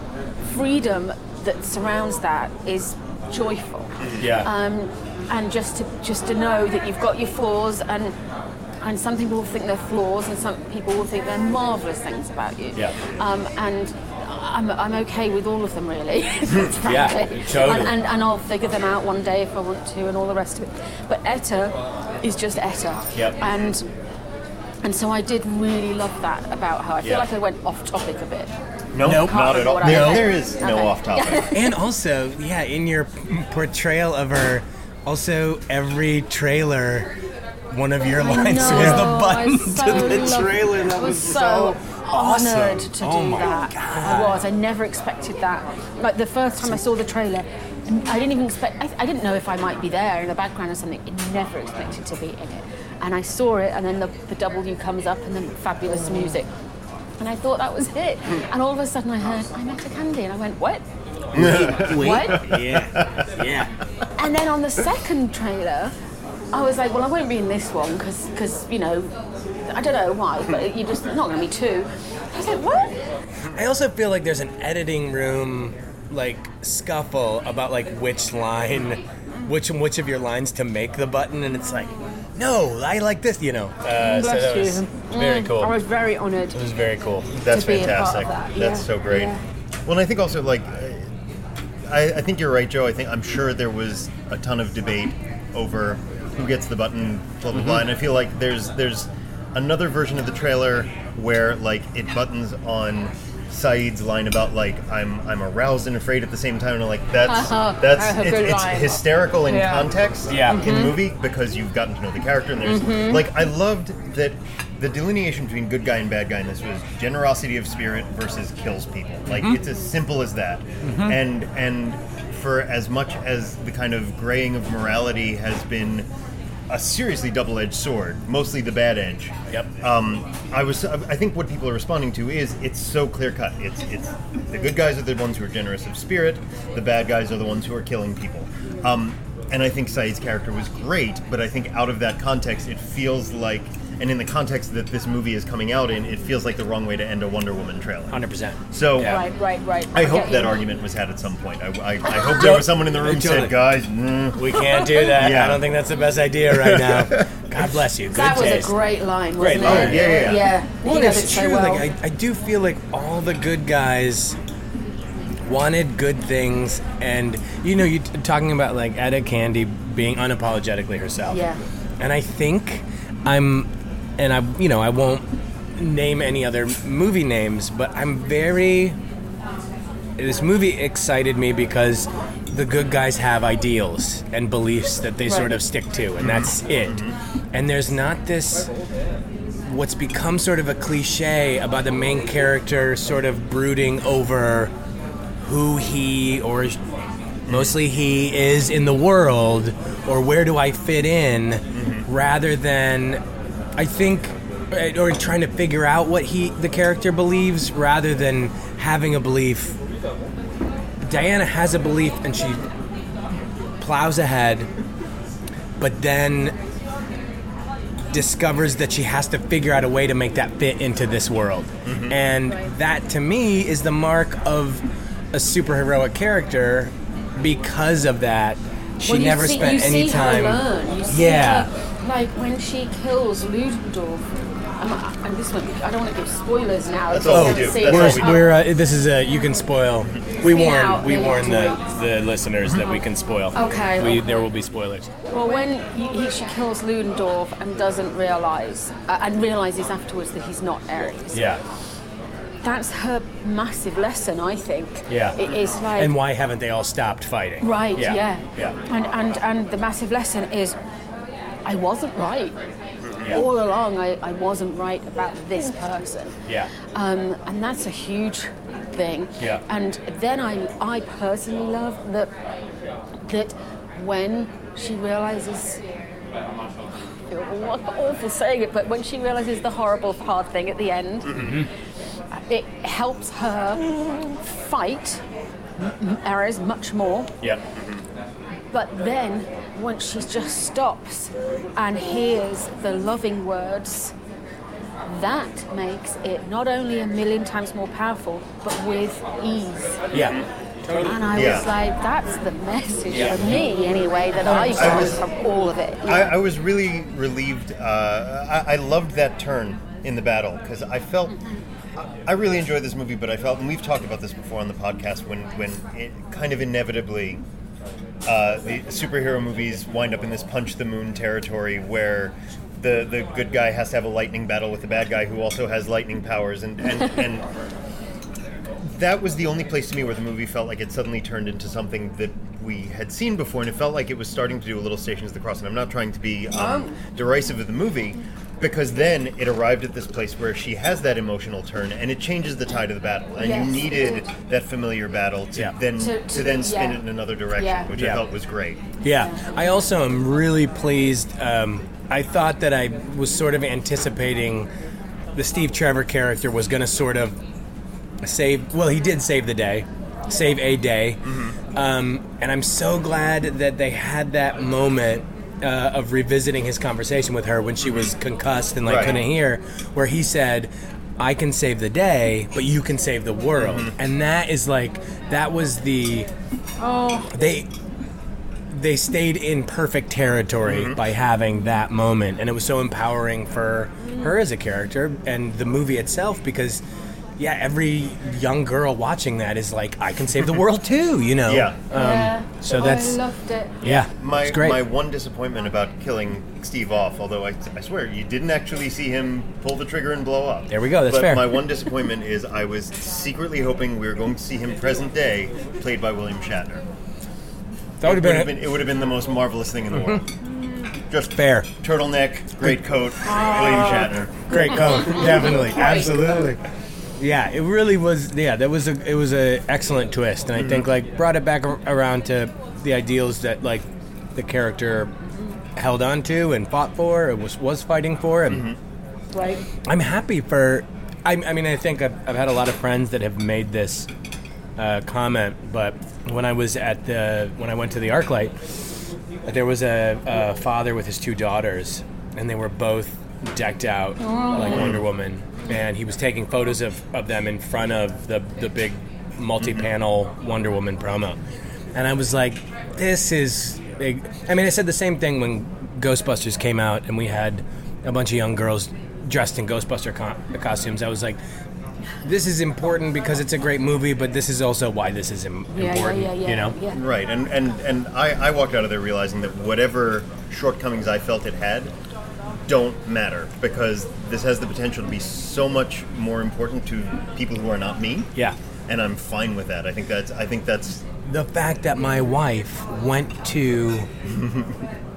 Speaker 5: freedom that surrounds that is joyful.
Speaker 12: Yeah.
Speaker 5: Um, <laughs> and just to just to know that you've got your flaws and and some people will think they're flaws and some people will think they're marvelous things about you.
Speaker 12: Yeah.
Speaker 5: Um, and I'm, I'm okay with all of them really. <laughs>
Speaker 12: <laughs>
Speaker 5: frankly.
Speaker 12: Yeah, totally.
Speaker 5: And, and and I'll figure them out one day if I want to and all the rest of it. But Etta is just Etta.
Speaker 12: Yep.
Speaker 5: And and so I did really love that about her. I feel
Speaker 4: Yeah.
Speaker 5: like I went off topic a bit.
Speaker 2: No,
Speaker 5: Nope. not at all. What I
Speaker 4: No.
Speaker 5: think. There is no Okay. <laughs> off-topic.
Speaker 4: and also, yeah, in your portrayal of her, also every trailer, one of your lines was the
Speaker 5: know, I
Speaker 4: button
Speaker 5: so
Speaker 4: to the
Speaker 5: loved-
Speaker 4: trailer.
Speaker 5: I
Speaker 4: That
Speaker 5: was
Speaker 4: was
Speaker 5: so-
Speaker 4: so
Speaker 5: honoured
Speaker 9: awesome.
Speaker 5: to do
Speaker 9: Oh my
Speaker 5: that. I was. I never expected that. Like the first time I saw the trailer, I didn't even expect. I, I didn't know if I might be there in the background or something. I never expected to be in it. And I saw it, and then the, the W comes up, and then fabulous music. And I thought that was it. And all of a sudden, I heard I met a candy, and I went, "What?" What?
Speaker 9: Yeah. Yeah.
Speaker 5: And then on the second trailer, I was like, well, I won't be in this one because, you know, I don't know why, but you're just not going to be two. I was like, what?
Speaker 4: I also feel like there's an editing room like scuffle about like which line, which which of your lines to make the button, and it's like, no, I like this, you know. Uh, so that was very
Speaker 5: Mm,
Speaker 4: cool.
Speaker 5: I was very honoured.
Speaker 4: it was very cool.
Speaker 2: That's
Speaker 5: to be a part of
Speaker 2: fantastic.
Speaker 5: that,
Speaker 2: That's
Speaker 5: yeah,
Speaker 2: so great.
Speaker 5: yeah.
Speaker 2: Well, and I think also like, I, I think you're right, Joe. I think I'm sure there was a ton of debate over who gets the button, blah blah blah.
Speaker 9: Mhm.
Speaker 2: And I feel like there's there's another version of the trailer where like it buttons on Saeed's line about like I'm I'm aroused and afraid at the same time, and I'm like
Speaker 5: <laughs>
Speaker 2: that's
Speaker 9: Uh-huh.
Speaker 2: that's
Speaker 9: Uh,
Speaker 2: it's,
Speaker 9: good
Speaker 2: it's
Speaker 9: line.
Speaker 2: hysterical in
Speaker 9: Yeah.
Speaker 2: context
Speaker 9: Yeah.
Speaker 2: in
Speaker 5: Mm-hmm.
Speaker 9: Mhm.
Speaker 2: movie because you've gotten to know the character and there's
Speaker 9: Mhm.
Speaker 2: like I loved that the delineation between good guy and bad guy in this was generosity of spirit versus kills people. Like
Speaker 9: Mhm.
Speaker 2: it's as simple as that.
Speaker 9: Mhm.
Speaker 2: And and for as much as the kind of graying of morality has been a seriously double-edged sword, mostly the bad edge. Yep. Um, I was. I think what people are responding to is it's so clear-cut. It's it's the good guys are the ones who are generous of spirit. The bad guys are the ones who are killing people. Um, and I think Saeed's character was great, but I think out of that context, it feels like, and in the context that this movie is coming out in, it feels like the wrong way to end a Wonder Woman trailer. Hundred
Speaker 4: percent.
Speaker 2: So
Speaker 5: Right, right, right.
Speaker 2: I hope
Speaker 5: get
Speaker 2: that
Speaker 5: you.
Speaker 2: argument was had at some point. I, I, I hope there was someone in the room who said, "Guys, mm,
Speaker 4: we can't do that.
Speaker 2: Yeah.
Speaker 4: I don't think that's the best idea right now. God bless you. Good
Speaker 5: That was
Speaker 4: taste.
Speaker 5: a great line,
Speaker 4: Great
Speaker 5: wasn't
Speaker 4: line.
Speaker 5: it? he
Speaker 4: Well,
Speaker 5: does
Speaker 4: it's
Speaker 5: it so
Speaker 4: true.
Speaker 5: well.
Speaker 4: Like I, I do feel like all the good guys wanted good things, and you know, you t- talking about like Etta Candy being unapologetically herself.
Speaker 9: Yeah.
Speaker 4: And I think I'm, and I, you know, I won't name any other movie names, but I'm very. This movie excited me because the good guys have ideals and beliefs that they sort
Speaker 9: Right.
Speaker 4: of stick to, and that's it. And there's not this what's become sort of a cliche about the main character sort of brooding over who he or mostly he is in the world or where do I fit in rather than I think or trying to figure out what he the character believes rather than having a belief Diana has a belief and she plows ahead but then discovers that she has to figure out a way to make that fit into this world. And that to me is the mark of a superheroic character because of that. She
Speaker 5: Well, you
Speaker 4: never
Speaker 5: see-
Speaker 4: spent
Speaker 5: you
Speaker 4: any
Speaker 5: see
Speaker 4: time.
Speaker 5: Her learn. You see
Speaker 4: yeah.
Speaker 5: her- like when she kills Ludendorff. I'm- And this one, I don't want to give spoilers now. if you haven't seen it.
Speaker 4: we're,
Speaker 5: Oh,
Speaker 4: we're, uh, this is a you can
Speaker 5: <laughs>
Speaker 4: spoil. We
Speaker 5: Speak
Speaker 4: warn
Speaker 5: out,
Speaker 4: we
Speaker 5: yeah.
Speaker 4: warn the, the listeners that we can spoil.
Speaker 5: Okay.
Speaker 4: We, there will be spoilers.
Speaker 5: Well, when he, he- she kills Ludendorff and doesn't realize, uh, and realizes afterwards that he's not Ares,
Speaker 4: Yeah.
Speaker 5: that's her massive lesson, I think.
Speaker 4: Yeah.
Speaker 5: It is like.
Speaker 4: and why haven't they all stopped fighting?
Speaker 5: Right,
Speaker 4: Yeah.
Speaker 5: yeah.
Speaker 4: Yeah.
Speaker 5: And, and, and the massive lesson is I wasn't right.
Speaker 4: Yeah.
Speaker 5: All along, I, I wasn't right about this person.
Speaker 4: Yeah.
Speaker 5: Um, and that's a huge thing.
Speaker 9: Yeah.
Speaker 5: And then I, I personally love that, that when she realizes, I feel awful saying it, but when she realizes the horrible, hard thing at the end,
Speaker 4: Mm-hmm.
Speaker 5: it helps her fight errors much more.
Speaker 4: Yeah.
Speaker 5: But then, once she just stops and hears the loving words, that makes it not only a million times more powerful, but with ease.
Speaker 4: Yeah.
Speaker 5: And I
Speaker 2: Yeah.
Speaker 5: was like, that's the message
Speaker 2: Yeah.
Speaker 5: for me, anyway, that I
Speaker 2: I
Speaker 5: got
Speaker 2: was-
Speaker 5: from all of it.
Speaker 2: I, I was really relieved. Uh, I, I loved that turn in the battle because I felt. I- I really enjoyed this movie, but I felt, and we've talked about this before on the podcast, when when it kind of inevitably uh, the superhero movies wind up in this punch the moon territory where the the good guy has to have a lightning battle with the bad guy who also has lightning powers, and and, and that was the only place to me where the movie felt like it suddenly turned into something that we had seen before, and it felt like it was starting to do a little Stations of the Cross. And I'm not trying to be um,
Speaker 9: Um.
Speaker 2: derisive of the movie, because then it arrived at this place where she has that emotional turn and it changes the tide of the battle and
Speaker 5: Yes,
Speaker 2: you
Speaker 5: it
Speaker 2: needed
Speaker 5: did.
Speaker 2: that familiar battle to
Speaker 4: Yeah.
Speaker 2: then to,
Speaker 5: To-
Speaker 2: then spin
Speaker 5: yeah.
Speaker 2: it in another direction
Speaker 5: Yeah.
Speaker 2: which i
Speaker 4: Yeah.
Speaker 2: thought was great
Speaker 4: Yeah, I also am really pleased. Um, I thought that I was sort of anticipating the Steve Trevor character was going to sort of save. Well, he did save the day, save a day, um, and I'm so glad that they had that moment. Uh, of revisiting his conversation with her when she was concussed and like
Speaker 2: Right.
Speaker 4: couldn't hear, where he said, "I can save the day, but you can save the world," and that is like that was the
Speaker 5: Oh,
Speaker 4: they they stayed in perfect territory
Speaker 2: Mm-hmm.
Speaker 4: by having that moment and it was so empowering for her as a character and the movie itself because yeah every young girl watching that is like i can
Speaker 2: <laughs>
Speaker 4: save the world too you know
Speaker 2: Yeah.
Speaker 5: yeah.
Speaker 4: so
Speaker 5: Oh,
Speaker 4: that's-
Speaker 5: I loved it.
Speaker 4: yeah
Speaker 2: my
Speaker 4: Oh. Uh, it's great
Speaker 2: my one disappointment about killing Steve off, although I, I swear you didn't actually see him pull the trigger and blow up.
Speaker 4: There we go, that's
Speaker 2: but
Speaker 4: fair.
Speaker 2: My
Speaker 4: <laughs>
Speaker 2: one disappointment is I was secretly hoping we were going to see him present day, played by William Shatner.
Speaker 4: that would have been, Mm-hmm.
Speaker 2: Would've been- it would have been the most marvelous thing in the world. Just
Speaker 4: Fair.
Speaker 2: turtleneck, great coat, William Shatner.
Speaker 4: great call definitely absolutely yeah it really was yeah that was a it was a excellent twist and i think like brought it back ar- around to the ideals that like the character held on to and fought for and was was fighting for and
Speaker 5: Right.
Speaker 4: I'm happy for. I, I mean, I think I've, I've had a lot of friends that have made this uh, comment, but when I was at the when I went to the ArcLight, there was a, a father with his two daughters, and they were both decked out like
Speaker 5: Oh.
Speaker 4: Wonder Woman, and he was taking photos of, of them in front of the the big multi-panel Wonder Woman promo, and I was like, this is. Big. I mean, I said the same thing when Ghostbusters came out, and we had a bunch of young girls dressed in Ghostbuster co- costumes. I was like, this is important because it's a great movie, but this is also why this is im-
Speaker 5: Yeah, yeah,
Speaker 4: important.
Speaker 5: yeah, yeah.
Speaker 4: You know? <laughs>
Speaker 5: Yeah.
Speaker 2: Right, and and and I, I walked out of there realizing that whatever shortcomings I felt it had don't matter because this has the potential to be so much more important to people who are not me.
Speaker 4: Yeah.
Speaker 2: and I'm fine with that. I think that's I think that's
Speaker 4: The fact that my wife went to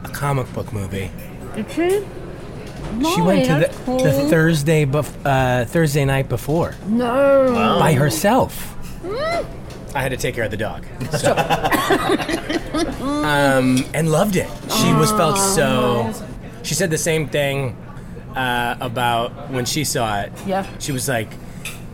Speaker 4: a comic book movie.
Speaker 5: Did she?
Speaker 4: she went to the, the Thursday bef- uh, Thursday night before
Speaker 5: No.
Speaker 4: by herself. I had to take care of the dog. <laughs> So. um, and loved it. She was felt so. She said the same thing uh, about when she saw it.
Speaker 5: Yeah.
Speaker 4: She was like,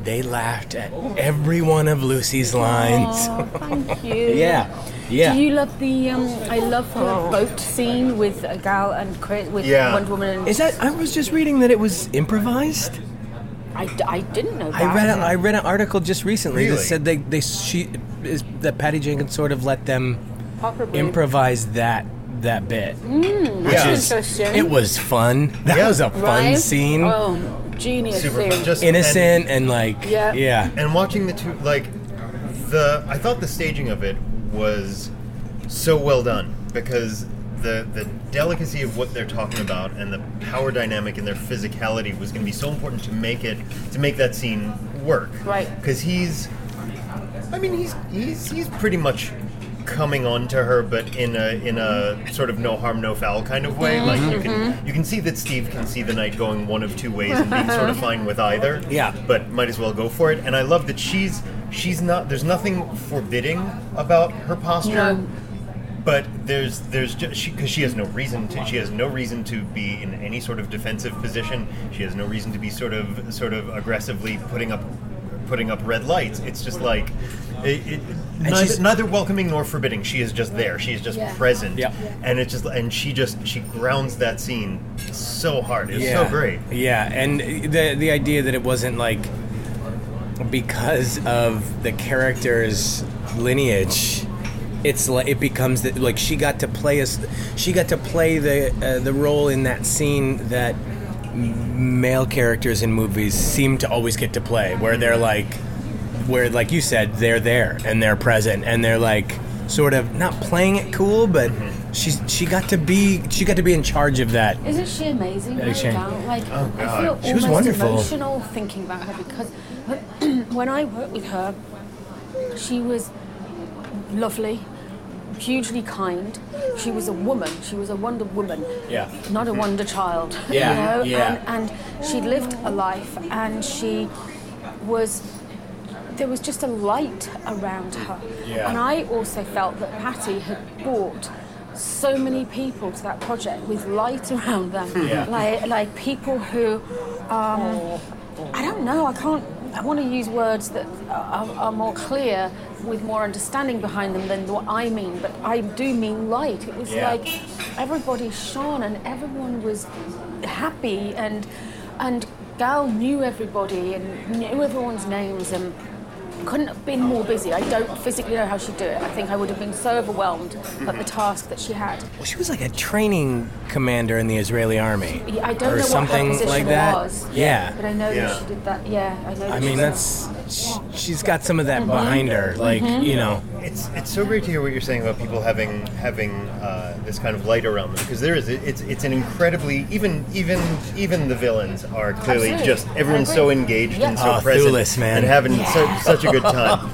Speaker 4: they laughed at every one of Lucy's lines.
Speaker 5: Oh, thank you.
Speaker 4: yeah. Yeah. Oh.
Speaker 5: Do you love the? Um, I love the boat scene with uh, Gal and Chris with
Speaker 2: Yeah.
Speaker 5: Wonder Woman. And
Speaker 4: Is that? I was just reading that it was improvised.
Speaker 5: I, I didn't know. That.
Speaker 4: I read a, I read an article just recently that
Speaker 2: Really?
Speaker 4: said they they she is that Patty Jenkins sort of let them
Speaker 5: Probably. Mm-hmm.
Speaker 4: improvise that that bit.
Speaker 2: yeah,
Speaker 5: Interesting.
Speaker 4: It was fun. That
Speaker 2: Yeah.
Speaker 4: was a fun
Speaker 5: Right?
Speaker 4: scene.
Speaker 5: Oh, genius
Speaker 2: super
Speaker 5: thing.
Speaker 2: fun. Just
Speaker 4: Innocent and like
Speaker 5: Yeah.
Speaker 4: yeah.
Speaker 2: and watching the two like the i thought the staging of it was so well done because the the delicacy of what they're talking about and the power dynamic and their physicality was going to be so important to make it to make that scene work
Speaker 5: Right.
Speaker 2: because he's i mean he's he's he's pretty much coming on to her but in a in a sort of no harm no foul kind of way like you can you can see that steve can see the night going one of two ways and being sort of fine with either
Speaker 4: Yeah.
Speaker 2: but might as well go for it. And I love that she's she's not. There's nothing forbidding about her posture,
Speaker 5: No.
Speaker 2: but there's there's just she because she has no reason to. She has no reason to be in any sort of defensive position. She has no reason to be sort of sort of aggressively putting up putting up red lights. It's just like. It, it, neither,
Speaker 4: she's-
Speaker 2: neither welcoming nor forbidding. She is just there. She is just
Speaker 5: Yeah.
Speaker 2: present,
Speaker 4: Yeah.
Speaker 2: and it's just and she just she grounds that scene so hard. It's
Speaker 4: yeah.
Speaker 2: so great.
Speaker 4: Yeah, and the the idea that it wasn't like because of the character's lineage, it's like it becomes that like she got to play as she got to play the uh, the role in that scene that m- male characters in movies seem to always get to play, where they're like, where like you said, they're there and they're present and they're like sort of not playing it cool, but.
Speaker 2: Mm-hmm.
Speaker 4: She's, she got to be she got to be in charge of that
Speaker 5: Isn't she amazing?
Speaker 4: Yeah,
Speaker 5: right
Speaker 4: she-
Speaker 5: now? Like, I feel
Speaker 4: She was
Speaker 5: almost
Speaker 4: wonderful.
Speaker 5: emotional thinking about her because <clears throat> when I worked with her, she was lovely, hugely kind. She was a woman. She was a wonder woman.
Speaker 14: Yeah.
Speaker 5: Not a wonder child.
Speaker 14: Yeah,
Speaker 5: You know?
Speaker 14: yeah.
Speaker 5: And, and she lived a life, and she was. There was just a light around her.
Speaker 15: Yeah.
Speaker 5: And I also felt that Patty had brought so many people to that project with light <laughs> around them.
Speaker 15: Yeah.
Speaker 5: Like, like people who. Um, I don't know. I can't. I want to use words that are, are more clear with more understanding behind them than what I mean, but I do mean light. It was
Speaker 15: Yeah.
Speaker 5: like everybody shone and everyone was happy and and Gal knew everybody and knew everyone's names and couldn't have been more busy. I don't physically know how she'd do it. I think I would have been so overwhelmed at
Speaker 4: Mm-hmm.
Speaker 5: the task that she had.
Speaker 4: Well, she was like a training commander in the Israeli army.
Speaker 5: Yeah, I don't
Speaker 4: or
Speaker 5: know
Speaker 4: something
Speaker 5: what her position
Speaker 4: like that.
Speaker 5: was.
Speaker 4: Yeah.
Speaker 5: But I know
Speaker 4: Yeah.
Speaker 5: that she did that. Yeah, I know.
Speaker 4: I
Speaker 5: that
Speaker 4: mean,
Speaker 5: she-
Speaker 4: that's sh- she's got some of
Speaker 5: Mm-hmm.
Speaker 4: that behind her, like you know.
Speaker 2: It's it's so great to hear what you're saying about people having having uh, this kind of light around them because there is it's it's an incredibly even even even the villains are clearly
Speaker 10: Absolutely.
Speaker 2: just
Speaker 10: I
Speaker 2: everyone's so
Speaker 10: agree.
Speaker 2: engaged
Speaker 10: Yeah.
Speaker 2: and so
Speaker 4: Oh,
Speaker 2: present
Speaker 4: Thulis, man.
Speaker 2: and having
Speaker 10: Yeah.
Speaker 2: su- such a good <laughs> time.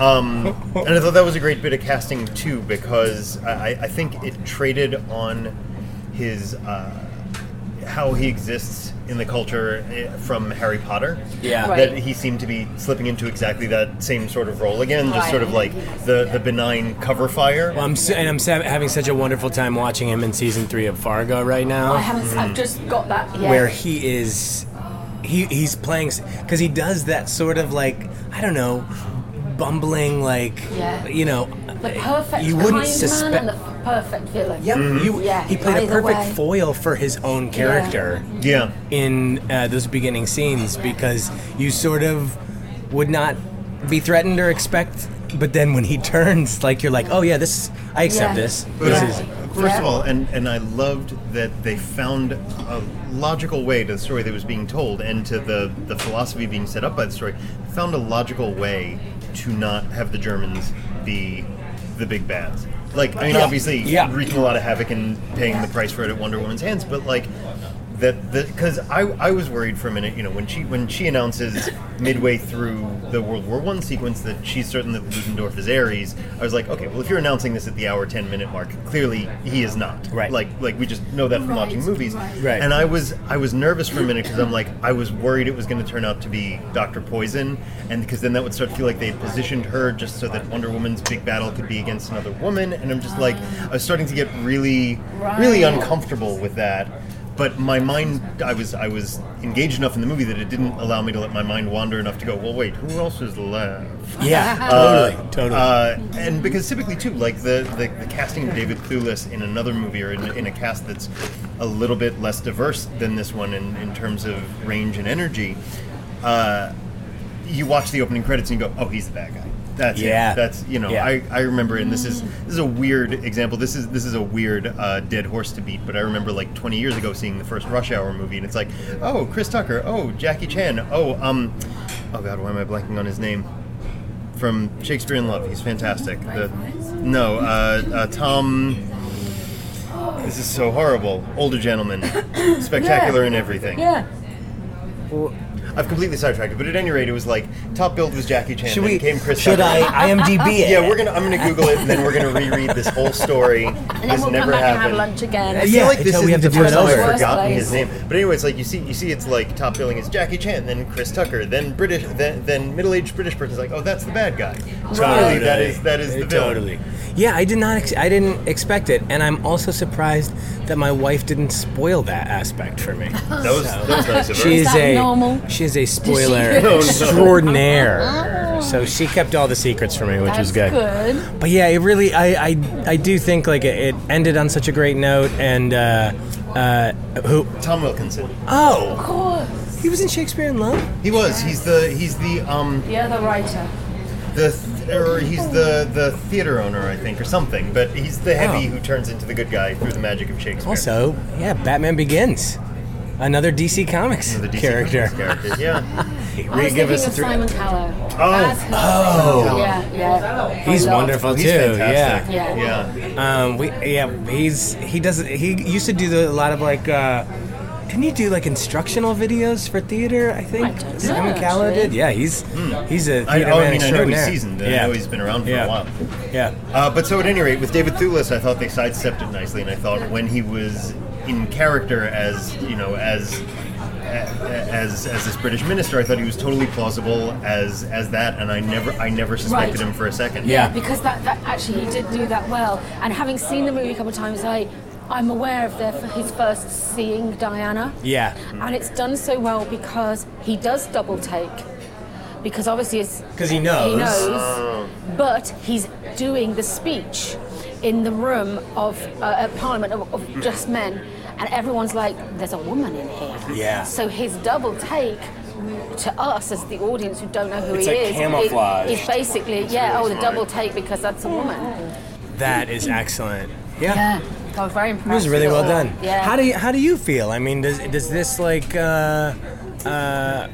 Speaker 2: Um, and I thought that was a great bit of casting too because I, I- I think it traded on his. Uh, how he exists in the culture eh, from Harry Potter.
Speaker 10: Yeah. Right.
Speaker 2: That he seemed to be slipping into exactly that same sort of role again, just
Speaker 10: Right.
Speaker 2: sort of like the, the benign cover fire.
Speaker 4: Well, I'm s and I'm sa- having such a wonderful time watching him in season three of Fargo right now.
Speaker 5: I haven't. I've just got that. Oh, Yeah.
Speaker 4: where he is he he's playing because he does that sort of like I don't know bumbling like
Speaker 5: Yeah.
Speaker 4: you know
Speaker 5: the perfect
Speaker 4: you wouldn't
Speaker 5: kind
Speaker 4: suspect
Speaker 5: man and the perfect villain.
Speaker 4: Yep, you,
Speaker 5: Mm-hmm. Yeah,
Speaker 4: he played a
Speaker 5: either
Speaker 4: perfect
Speaker 5: way.
Speaker 4: foil for his own character.
Speaker 2: Yeah,
Speaker 4: in uh, those beginning scenes because you sort of would not be threatened or expect, but then when he <laughs> turns, like you're like, oh yeah, this I accept
Speaker 2: Yeah.
Speaker 4: this.
Speaker 2: But
Speaker 4: This
Speaker 2: I-
Speaker 4: is
Speaker 2: First of all, and, and I loved that they found a logical way to the story that was being told and to the, the philosophy being set up by the story, found a logical way to not have the Germans be the big bads. Like, I mean,
Speaker 10: Yeah.
Speaker 2: obviously, wreaking a lot of havoc and paying the price for it at Wonder Woman's hands, but like, that because I, I was worried for a minute you know when she when she announces midway through the World War One sequence that she's certain that Ludendorff is Ares I was like okay well if you're announcing this at the hour 10 minute mark clearly he is not right like like we just know that from watching movies
Speaker 10: Right.
Speaker 2: and I was I was nervous for a minute because I'm like I was worried it was going to turn out to be Doctor Poison and because then that would start to feel like they had positioned her just so that Wonder Woman's big battle could be against another woman and I'm just like I was starting to get really really
Speaker 10: Ah. Right.
Speaker 2: uncomfortable with that but my mind I was I was engaged enough in the movie that it didn't allow me to let my mind wander enough to go well wait who else is left
Speaker 10: Yeah,
Speaker 2: <laughs> Uh,
Speaker 10: totally, totally.
Speaker 2: uh, and because typically too like the, the, the casting of David Thewlis in another movie or in, in a cast that's a little bit less diverse than this one in, in terms of range and energy uh, you watch the opening credits and you go, "Oh, he's the bad guy." That's
Speaker 10: Yeah.
Speaker 2: it. That's you know,
Speaker 10: Yeah.
Speaker 2: I, I remember, and this is this is a weird example. This is this is a weird uh, dead horse to beat, but I remember like 20 years ago seeing the first Rush Hour movie, and it's like, "Oh, Chris Tucker. Oh, Jackie Chan. Oh, um, oh God, why am I blanking on his name?" From Shakespeare in Love, he's fantastic. The, no, uh, uh, Tom. This is so horrible. Older
Speaker 5: <coughs>
Speaker 2: gentleman, spectacular in everything.
Speaker 5: Yeah.
Speaker 2: I've completely sidetracked, it, but at any rate, it was like top build was Jackie Chan.
Speaker 10: Should
Speaker 2: then
Speaker 10: we-
Speaker 2: Came Chris
Speaker 10: should
Speaker 2: Tucker. <laughs>
Speaker 10: I IMDb it?
Speaker 2: Yeah, we're gonna. I'm gonna Google it, and then we're gonna reread this whole story.
Speaker 5: <laughs> And then
Speaker 2: this
Speaker 5: we'll
Speaker 2: never
Speaker 5: come back and have
Speaker 2: happened.
Speaker 5: lunch again.
Speaker 2: I feel like this
Speaker 4: until we
Speaker 2: is
Speaker 4: have
Speaker 2: the
Speaker 4: to do it
Speaker 2: first time
Speaker 4: over.
Speaker 2: I've forgotten
Speaker 5: Worst
Speaker 2: his name.
Speaker 5: place.
Speaker 2: But anyway, it's like you see, you see, it's like top billing is Jackie Chan, then Chris Tucker, then British, then, then middle-aged British person's like, oh, that's the bad guy. Clearly, that is that is the villain.
Speaker 4: Totally. Yeah, I did not. Ex- I didn't expect it, and I'm also surprised that my wife didn't spoil that aspect for
Speaker 2: <laughs>
Speaker 4: me.
Speaker 2: That was- that was nice of her.
Speaker 4: She
Speaker 2: Is
Speaker 4: is,
Speaker 2: that
Speaker 4: a
Speaker 2: normal?
Speaker 4: she is a
Speaker 2: No, <laughs>
Speaker 4: spoiler
Speaker 2: no. Oh.
Speaker 4: extraordinaire. So she kept all the secrets for me, which was good. But yeah, it really, I, I, I do think like it, it ended on such a great note, and uh, uh, who?
Speaker 2: Tom Wilkinson.
Speaker 4: Oh, of
Speaker 5: course.
Speaker 4: He was in Shakespeare in Love.
Speaker 2: He was. He's the he's the um
Speaker 5: The other writer.
Speaker 2: the th- or he's the the theater owner, I think, or something. But he's the heavy
Speaker 4: Oh.
Speaker 2: who turns into the good guy through the magic of Shakespeare.
Speaker 4: Also, yeah, Batman Begins, another DC Comics character.
Speaker 2: character.
Speaker 4: <laughs>
Speaker 2: Yeah,
Speaker 5: I was thinking of Simon Callow. Oh.
Speaker 4: Oh.
Speaker 5: Yeah, yeah.
Speaker 4: He's
Speaker 5: I love-
Speaker 4: wonderful
Speaker 2: He's
Speaker 4: too.
Speaker 2: fantastic.
Speaker 5: Yeah.
Speaker 2: Yeah.
Speaker 4: Um, we yeah he's he does he used to do the, a lot of like uh, Didn't he do like instructional videos for theater? I think
Speaker 5: don't know,
Speaker 4: Simon Cowell
Speaker 5: actually.
Speaker 4: did. Yeah, he's he's
Speaker 2: I,
Speaker 4: a theater
Speaker 2: oh, I
Speaker 4: man
Speaker 2: mean, I know he's
Speaker 4: extraordinaire.
Speaker 2: seasoned. I
Speaker 4: Yeah.
Speaker 2: know he's been around for
Speaker 4: Yeah.
Speaker 2: a while.
Speaker 4: Yeah.
Speaker 2: Uh, but so at any rate, with David Thewlis, I thought they sidestepped it nicely, and I thought when he was in character as you know as a- as as this British minister, I thought he was totally plausible as as that, and I never I never suspected
Speaker 5: Right.
Speaker 2: him for a second.
Speaker 4: Yeah.
Speaker 5: because that, that actually he did do that well. And having seen the movie a couple of times, I I'm aware of their, his first seeing Diana.
Speaker 4: Yeah.
Speaker 5: Mm. And it's done so well because he does double take. Because obviously it's
Speaker 4: 'Cause he knows.
Speaker 5: He knows. But he's doing the speech in the room of uh, at Parliament of, of just men, and everyone's like, "There's a woman in here."
Speaker 4: Yeah.
Speaker 5: So his double take to us as the audience who don't know who
Speaker 4: It's
Speaker 5: he
Speaker 4: like
Speaker 5: is,
Speaker 4: camouflaged.
Speaker 5: It's basically yeah. oh, the double take because that's a woman.
Speaker 4: That is excellent. Yeah.
Speaker 5: Yeah, I was very impressed.
Speaker 4: It was really
Speaker 5: with
Speaker 4: well
Speaker 5: all.
Speaker 4: done.
Speaker 5: Yeah.
Speaker 4: How do you, how do you feel? I mean, does does this like uh, uh,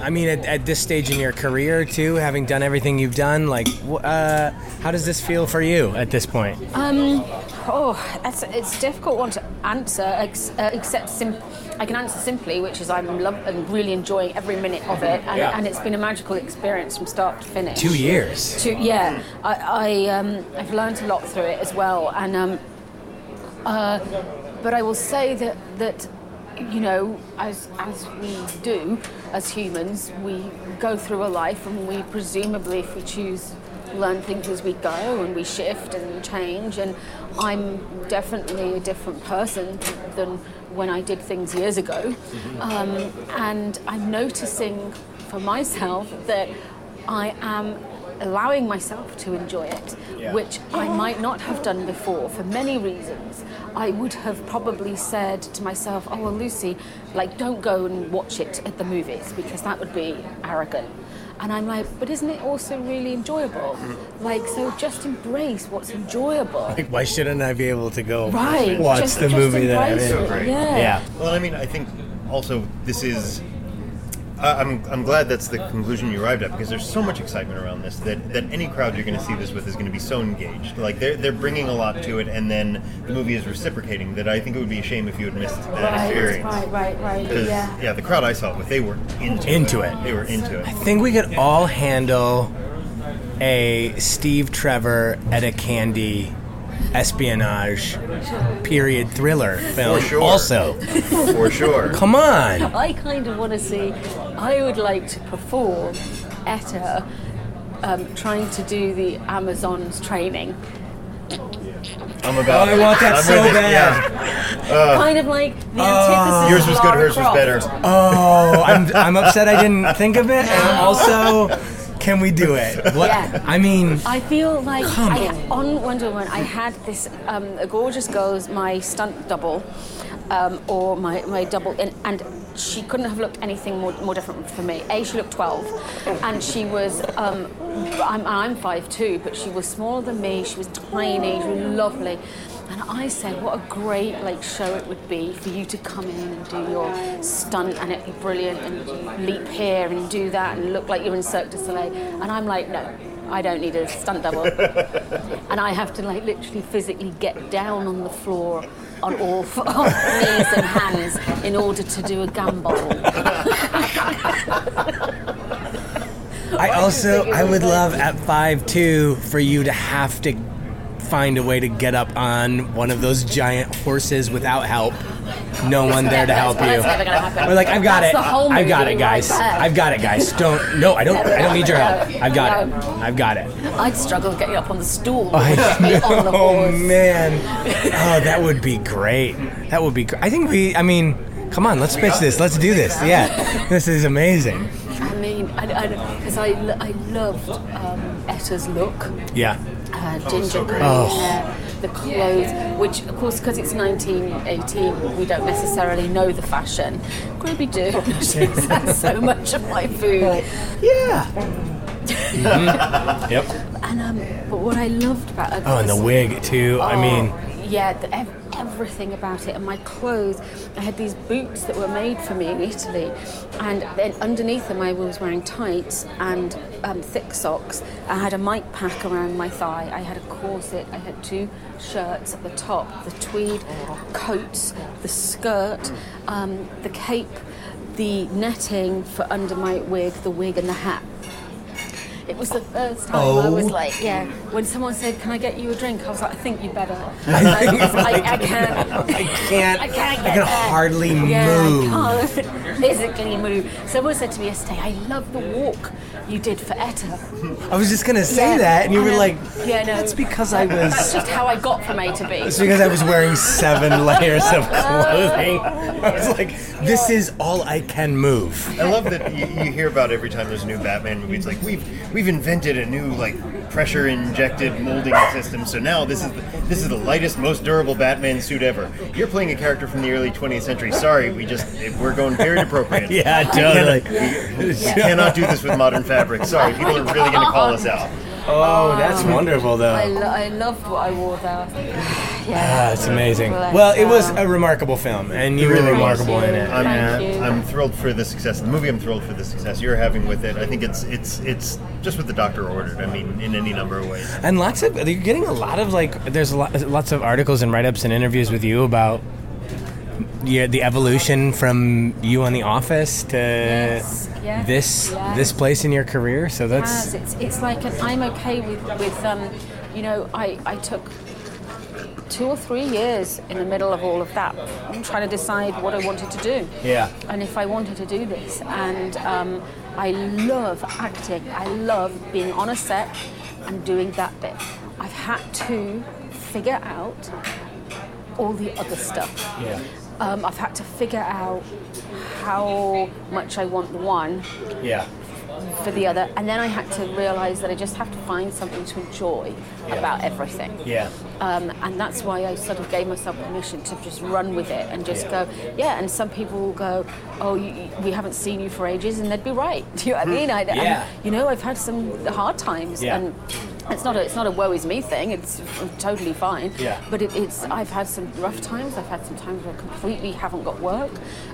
Speaker 4: I mean, at, at this stage in your career too, having done everything you've done, like, wh- uh, how does this feel for you at this point?
Speaker 5: Um, oh, that's, it's a difficult one to answer, ex- uh, except sim- I can answer simply, which is I'm love- I'm really enjoying every minute of it, and,
Speaker 4: Yeah.
Speaker 5: and it's been a magical experience from start to finish.
Speaker 4: Two years.
Speaker 5: Two, yeah, I, I um, I've learned a lot through it as well, and um, uh, but I will say that that you know as as we do as humans, we go through a life, and we presumably, if we choose, learn things as we go, and we shift and change. And I'm definitely a different person than when I did things years ago, um, and I'm noticing for myself that I am allowing myself to enjoy it, which I might not have done before for many reasons. I would have probably said to myself, "Oh well, Lucy, like don't go and watch it at the movies because that would be arrogant." And I'm like, "But isn't it also really enjoyable?
Speaker 4: Mm-hmm.
Speaker 5: Like, so just embrace what's enjoyable."
Speaker 4: Like, why shouldn't I be able to go <laughs>
Speaker 5: Right.
Speaker 4: watch
Speaker 5: just,
Speaker 4: the
Speaker 5: just
Speaker 4: movie that I'm
Speaker 5: embrace
Speaker 4: in?
Speaker 5: it. Yeah.
Speaker 4: Yeah.
Speaker 2: Well, I mean, I think also this is. I- I'm, I'm glad that's the conclusion you arrived at because there's so much excitement around this that, that any crowd you're going to see this with is going to be so engaged. Like they're, they're bringing a lot to it, and then the movie is reciprocating. That I think it would be a shame if you had missed that
Speaker 5: Right,
Speaker 2: experience.
Speaker 5: right, right, right.
Speaker 2: 'Cause,
Speaker 5: Yeah.
Speaker 2: yeah, the crowd I saw it with, they were into,
Speaker 4: Into it.
Speaker 2: They were into it.
Speaker 4: I think we could all handle a Steve Trevor at a candy espionage period thriller film.
Speaker 2: sure.
Speaker 4: Also,
Speaker 2: For sure.
Speaker 4: come on.
Speaker 5: I kind of want to see. I would like to perform Etta um, trying to do the Amazon's training.
Speaker 2: I'm about
Speaker 4: Oh, I
Speaker 2: it.
Speaker 4: want that
Speaker 2: I'm
Speaker 4: so
Speaker 2: with it,
Speaker 4: bad.
Speaker 2: yeah.
Speaker 5: kind of like the antithesis. of
Speaker 2: Oh. Yours was good,
Speaker 5: Lara
Speaker 2: hers was
Speaker 5: Croft.
Speaker 2: better.
Speaker 4: Oh, I'm, I'm upset I didn't think of it. And also, can we do it? What?
Speaker 5: Yeah.
Speaker 4: I mean,
Speaker 5: I feel like I, on Wonder Woman, I had this um, a gorgeous girl, as my stunt double, um, or my, my double, and, and she couldn't have looked anything more, more different for me. A, she looked 12, and she was, um, I'm, I'm 5'2, but she was smaller than me, she was tiny, she was lovely. And I said, what a great like show it would be for you to come in and do your stunt, and it'd be brilliant, and leap here and do that, and look like you're in Cirque du Soleil. And I'm like, no, I don't need a
Speaker 4: <laughs>
Speaker 5: stunt double. and I have to like literally physically get down on the floor on all <laughs> four knees and hands in order to do a gamble. Oh,
Speaker 4: I also I would love at five two for you to have to find a way to get up on one of those giant horses without help. No one there to help
Speaker 5: That's never
Speaker 4: you.
Speaker 5: gonna happen.
Speaker 4: We're like, I've got
Speaker 5: That's
Speaker 4: it.
Speaker 5: the whole
Speaker 4: I've got
Speaker 5: movie
Speaker 4: it, guys.
Speaker 5: right there.
Speaker 4: I've got it, guys. Don't. No, I don't. I don't need your help. I've got it. I've got it.
Speaker 5: I'd struggle getting up on the stool.
Speaker 4: <laughs> I
Speaker 5: <laughs> on the
Speaker 4: know,
Speaker 5: horse.
Speaker 4: man. Oh, that would be great. That would be. Gr- I think we. I mean, come on, let's pitch this. Let's do this. Yeah, this is amazing.
Speaker 5: I mean, because I, lo- I loved um, Etta's look.
Speaker 4: Yeah.
Speaker 5: uh, ginger green hair, the clothes, which, of course, because it's 1918, we don't necessarily know the fashion. Groovy <laughs> do. She's had so much of my food.
Speaker 4: Yeah. Yep.
Speaker 5: And, um, but what I loved about her.
Speaker 4: Oh, and the wig too. I mean,
Speaker 5: yeah, the, ev- everything about it and my clothes. I had these boots that were made for me in Italy, and then underneath them I was wearing tights and um, thick socks. I had a mic pack around my thigh. I had a corset. I had two shirts at the top, the tweed coats, the skirt, um, the cape, the netting for under my wig, the wig and the hat. It was the first time I
Speaker 4: Oh.
Speaker 5: was like, yeah. When someone said, "Can I get you a drink?" I was like, "I think you better."
Speaker 4: <laughs>
Speaker 5: I, I can't.
Speaker 4: I can't.
Speaker 5: I can't
Speaker 4: I
Speaker 5: get
Speaker 4: can
Speaker 5: there.
Speaker 4: hardly
Speaker 5: yeah,
Speaker 4: move.
Speaker 5: I can't <laughs> physically move. Someone said to me yesterday, "I love the walk you did for Etta."
Speaker 4: I was just gonna say
Speaker 5: Yeah,
Speaker 4: that, and you were
Speaker 5: then-
Speaker 4: like,
Speaker 5: "Yeah, no."
Speaker 4: "That's because I was."
Speaker 5: That's just how I got from A to
Speaker 4: <laughs>
Speaker 5: B.
Speaker 4: It's because I was wearing seven <laughs> layers of clothing. <laughs> I was like, this is all I can move.
Speaker 2: I love that you, you hear about every time there's a new Batman movie. It's like we've we've invented a new like pressure injected molding system. So now this is the, this is the lightest, most durable Batman suit ever. You're playing a character from the early 20th century. Sorry, we just we're going very appropriate.
Speaker 4: <laughs> Yeah,
Speaker 2: We cannot do this with modern fabric. Sorry, people are really going to call us out.
Speaker 4: Oh, that's wonderful,
Speaker 5: I,
Speaker 4: though.
Speaker 5: lo- I loved what I wore there.
Speaker 4: Ah,
Speaker 5: Yeah.
Speaker 4: it's amazing. Well, it was a remarkable film, and you were remarkable in it.
Speaker 2: I'm, uh,
Speaker 5: Thank you.
Speaker 2: I'm thrilled for the success of the movie. I'm thrilled for the success you're having with it. I think it's it's it's just what the doctor ordered. I mean, in any number of ways.
Speaker 4: And lots of you're getting a lot of like there's a lot, lots of articles and write-ups and interviews with you about yeah the evolution from you on the office to
Speaker 5: Yes, yes,
Speaker 4: Uh, this
Speaker 5: yes.
Speaker 4: this place in your career. So that's
Speaker 5: has. It's, it's like an I'm okay with, with um, you know, I, I took two or three years in the middle of all of that trying to decide what I wanted to do.
Speaker 4: Yeah.
Speaker 5: And if I wanted to do this. And um, I love acting, I love being on a set and doing that bit. I've had to figure out all the other stuff.
Speaker 4: yeah.
Speaker 5: Um, I've had to figure out how much I want the one
Speaker 4: Yeah.
Speaker 5: for the other, and then I had to realise that I just have to find something to enjoy about everything.
Speaker 4: Yeah.
Speaker 5: Um, and that's why I sort of gave myself permission to just run with it and just
Speaker 4: Yeah.
Speaker 5: go, yeah. And some people will go, oh, you, you- we haven't seen you for ages, and they'd be right. <laughs> Do you know what I mean? I, and,
Speaker 4: Hmm. Yeah.
Speaker 5: you know, I've had some hard times,
Speaker 4: Yeah.
Speaker 5: and it's not a it's not a woe is me thing. It's totally fine.
Speaker 4: Yeah.
Speaker 5: But it, it's I've had some rough times. I've had some times where I completely haven't got work.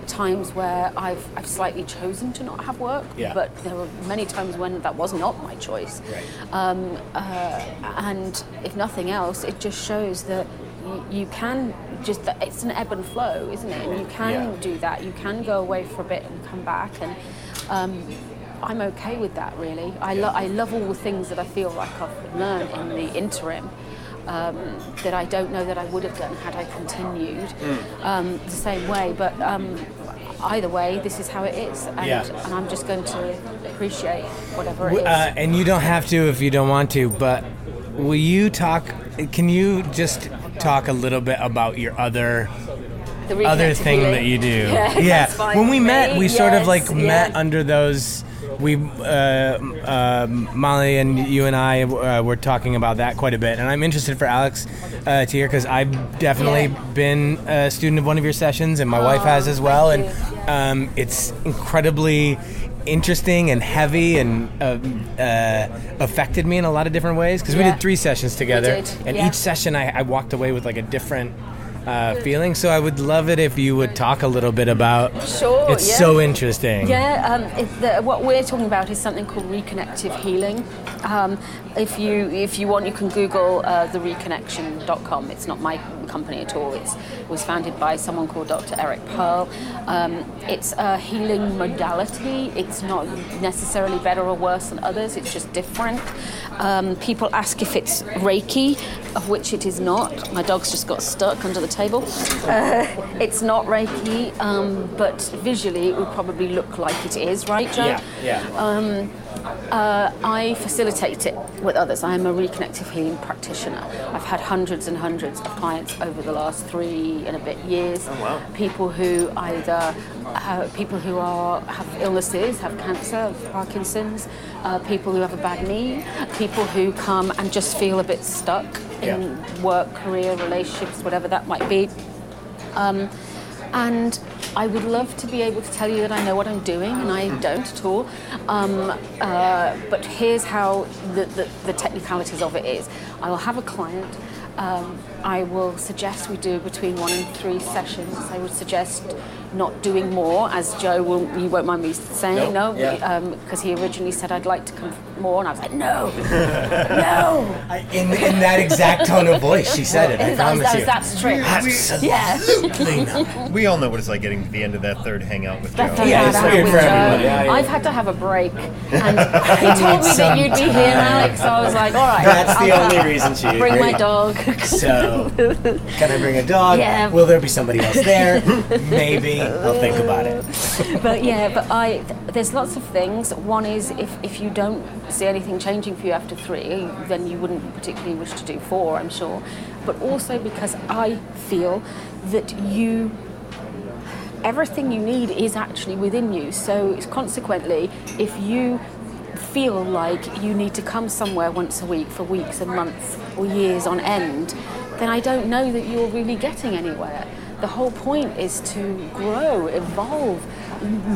Speaker 5: Times where I've I've slightly chosen to not have work.
Speaker 4: Yeah.
Speaker 5: But there were many times when that was not my choice.
Speaker 4: Right.
Speaker 5: Um, uh, and if nothing else, it just shows that y- you can just that it's an ebb and flow, isn't it? And you can
Speaker 4: Yeah.
Speaker 5: do that. You can go away for a bit and come back, and um, I'm okay with that. Really, I, lo- I love all the things that I feel like I've learned in the interim. Um, that I don't know that I would have done had I continued
Speaker 4: Mm.
Speaker 5: um, the same way, but um, either way, this is how it is, and,
Speaker 4: Yeah.
Speaker 5: and I'm just going to appreciate whatever it is.
Speaker 4: W- Uh, and you don't have to if you don't want to, but will you talk? Can you just talk a little bit about your other
Speaker 5: the reconnected
Speaker 4: other thing
Speaker 5: feeling.
Speaker 4: that you do?
Speaker 5: <laughs> Yeah, that's fine
Speaker 4: When we
Speaker 5: with
Speaker 4: met,
Speaker 5: me.
Speaker 4: we sort of
Speaker 5: Yes,
Speaker 4: like met
Speaker 5: yeah.
Speaker 4: under those. We uh, uh, Molly and you and I uh, were talking about that quite a bit, and I'm interested for Alex uh, to hear because I've definitely
Speaker 5: Yeah. Oh,
Speaker 4: been a student of one of your sessions, and my wife has as well, and
Speaker 5: thank you.
Speaker 4: um, it's incredibly interesting and heavy and um, uh, affected me in a lot of different ways because we
Speaker 5: Yeah.
Speaker 4: did three sessions together
Speaker 5: did,
Speaker 4: and
Speaker 5: yeah.
Speaker 4: each session I, I walked away with like a different uh, feeling so i would love it if you would talk a little bit about
Speaker 5: Sure,
Speaker 4: it's
Speaker 5: yeah.
Speaker 4: so interesting
Speaker 5: Yeah, um, it, the, what we're talking about is something called reconnective healing. Um, if you if you want, you can Google uh, thereconnection.com. It's not my company at all. It's, it was founded by someone called Dr. Eric Pearl. Um, it's a healing modality. It's not necessarily better or worse than others. It's just different. Um, people ask if it's Reiki, of which it is not. My dog's just got stuck under the table. Uh, it's not Reiki, um, but visually it would probably look like it is, right, Joe?
Speaker 4: yeah yeah
Speaker 5: Uh, I facilitate it with others. I am a reconnective healing practitioner. I've had hundreds and hundreds of clients over the last three and a bit years. Oh, wow. People who either uh, people who are have illnesses, have cancer, have Parkinson's, uh, people who have a bad knee, people who come and just feel a bit stuck in work, career, relationships, whatever that might be. Um, And I would love to be able to tell you that I know what I'm doing, and I don't at all. Um, uh, but here's how the, the, the technicalities of it is I will have a client, Um, I will suggest we do between one and three sessions. I would suggest not doing more, as Joe will. You won't mind me saying
Speaker 16: No,
Speaker 5: no,
Speaker 16: yeah.
Speaker 5: because he originally said I'd like to come for more, and I was like, no, <laughs> no.
Speaker 4: In, in that exact tone of voice, she said it. I
Speaker 5: <laughs> Is that-
Speaker 4: promise
Speaker 5: is that-
Speaker 4: you.
Speaker 5: is that straight?
Speaker 4: <laughs> Absolutely.
Speaker 5: Yeah.
Speaker 2: we all know what it's like getting to the end of that third hangout with Joe.
Speaker 5: That thing about that with Joe. I've had to have a break.
Speaker 4: <laughs>
Speaker 5: And he
Speaker 2: You
Speaker 5: told
Speaker 2: need
Speaker 5: me
Speaker 2: some
Speaker 5: that you'd be here,
Speaker 2: time.
Speaker 5: Alex. So I was like, all right.
Speaker 4: That's the
Speaker 5: I'll
Speaker 4: only
Speaker 5: come.
Speaker 4: reason she
Speaker 5: Bring my
Speaker 4: agreed.
Speaker 5: dog.
Speaker 4: So, can I bring a dog?
Speaker 5: <laughs> Yeah.
Speaker 4: Will there be somebody else there?
Speaker 5: <laughs>
Speaker 4: Maybe. I'll think about it.
Speaker 5: but yeah, but I there's lots of things. One is if, if you don't see anything changing for you after three, then you wouldn't particularly wish to do four, I'm sure. But also because I feel that you everything you need is actually within you. So it's consequently, if you feel like you need to come somewhere once a week for weeks and months or years on end, then I don't know that you're really getting anywhere. The whole point is to grow, evolve,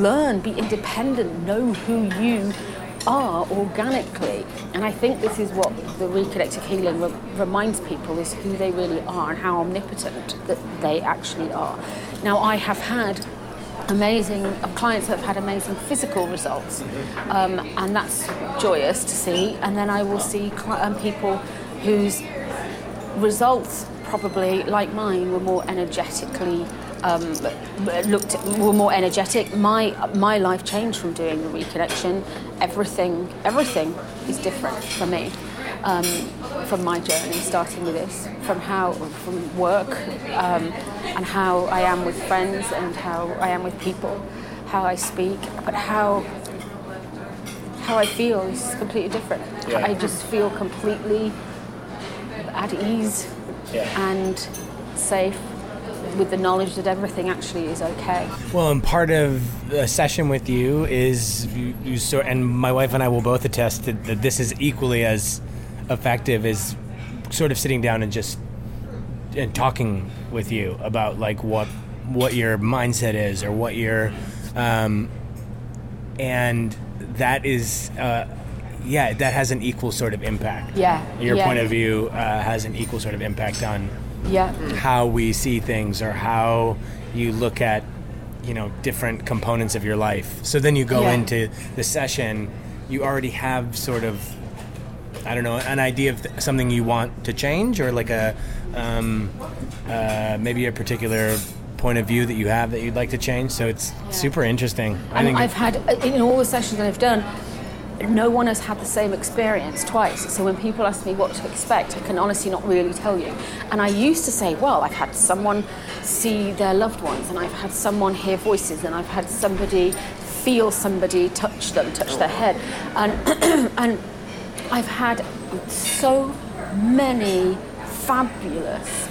Speaker 5: learn, be independent, know who you are organically. And I think this is what the reconnective healing re- reminds people is who they really are and how omnipotent that they actually are. Now, I have had amazing of clients that have had amazing physical results, um, and that's joyous to see. And then I will see cli um, people whose results probably like mine were more energetically um, looked were more energetic my my life changed from doing the reconnection everything everything is different for me um, from my journey starting with this from how from work um, and how I am with friends and how I am with people how I speak but how how I feel is completely different
Speaker 16: Yeah.
Speaker 5: I just feel completely at ease and safe with the knowledge that everything actually is okay.
Speaker 4: Well, and part of the session with you is you, you sort, and my wife and I will both attest that, that this is equally as effective as sort of sitting down and just and talking with you about like what what your mindset is or what your um, and that is uh, yeah that has an equal sort of impact.
Speaker 5: Yeah.
Speaker 4: Your
Speaker 5: yeah,
Speaker 4: point of view uh, has an equal sort of impact on
Speaker 5: Yeah.
Speaker 4: how we see things or how you look at you know different components of your life so then you go
Speaker 5: Yeah.
Speaker 4: into the session you already have sort of i don't know an idea of th- something you want to change or like a um, uh, maybe a particular point of view that you have that you'd like to change so it's super interesting i
Speaker 5: And
Speaker 4: think
Speaker 5: I've had in all the sessions that I've done, no one has had the same experience twice. So when people ask me what to expect, I can honestly not really tell you. And I used to say, well, I've had someone see their loved ones, and I've had someone hear voices, and I've had somebody feel somebody touch them, touch their head, and and I've had so many fabulous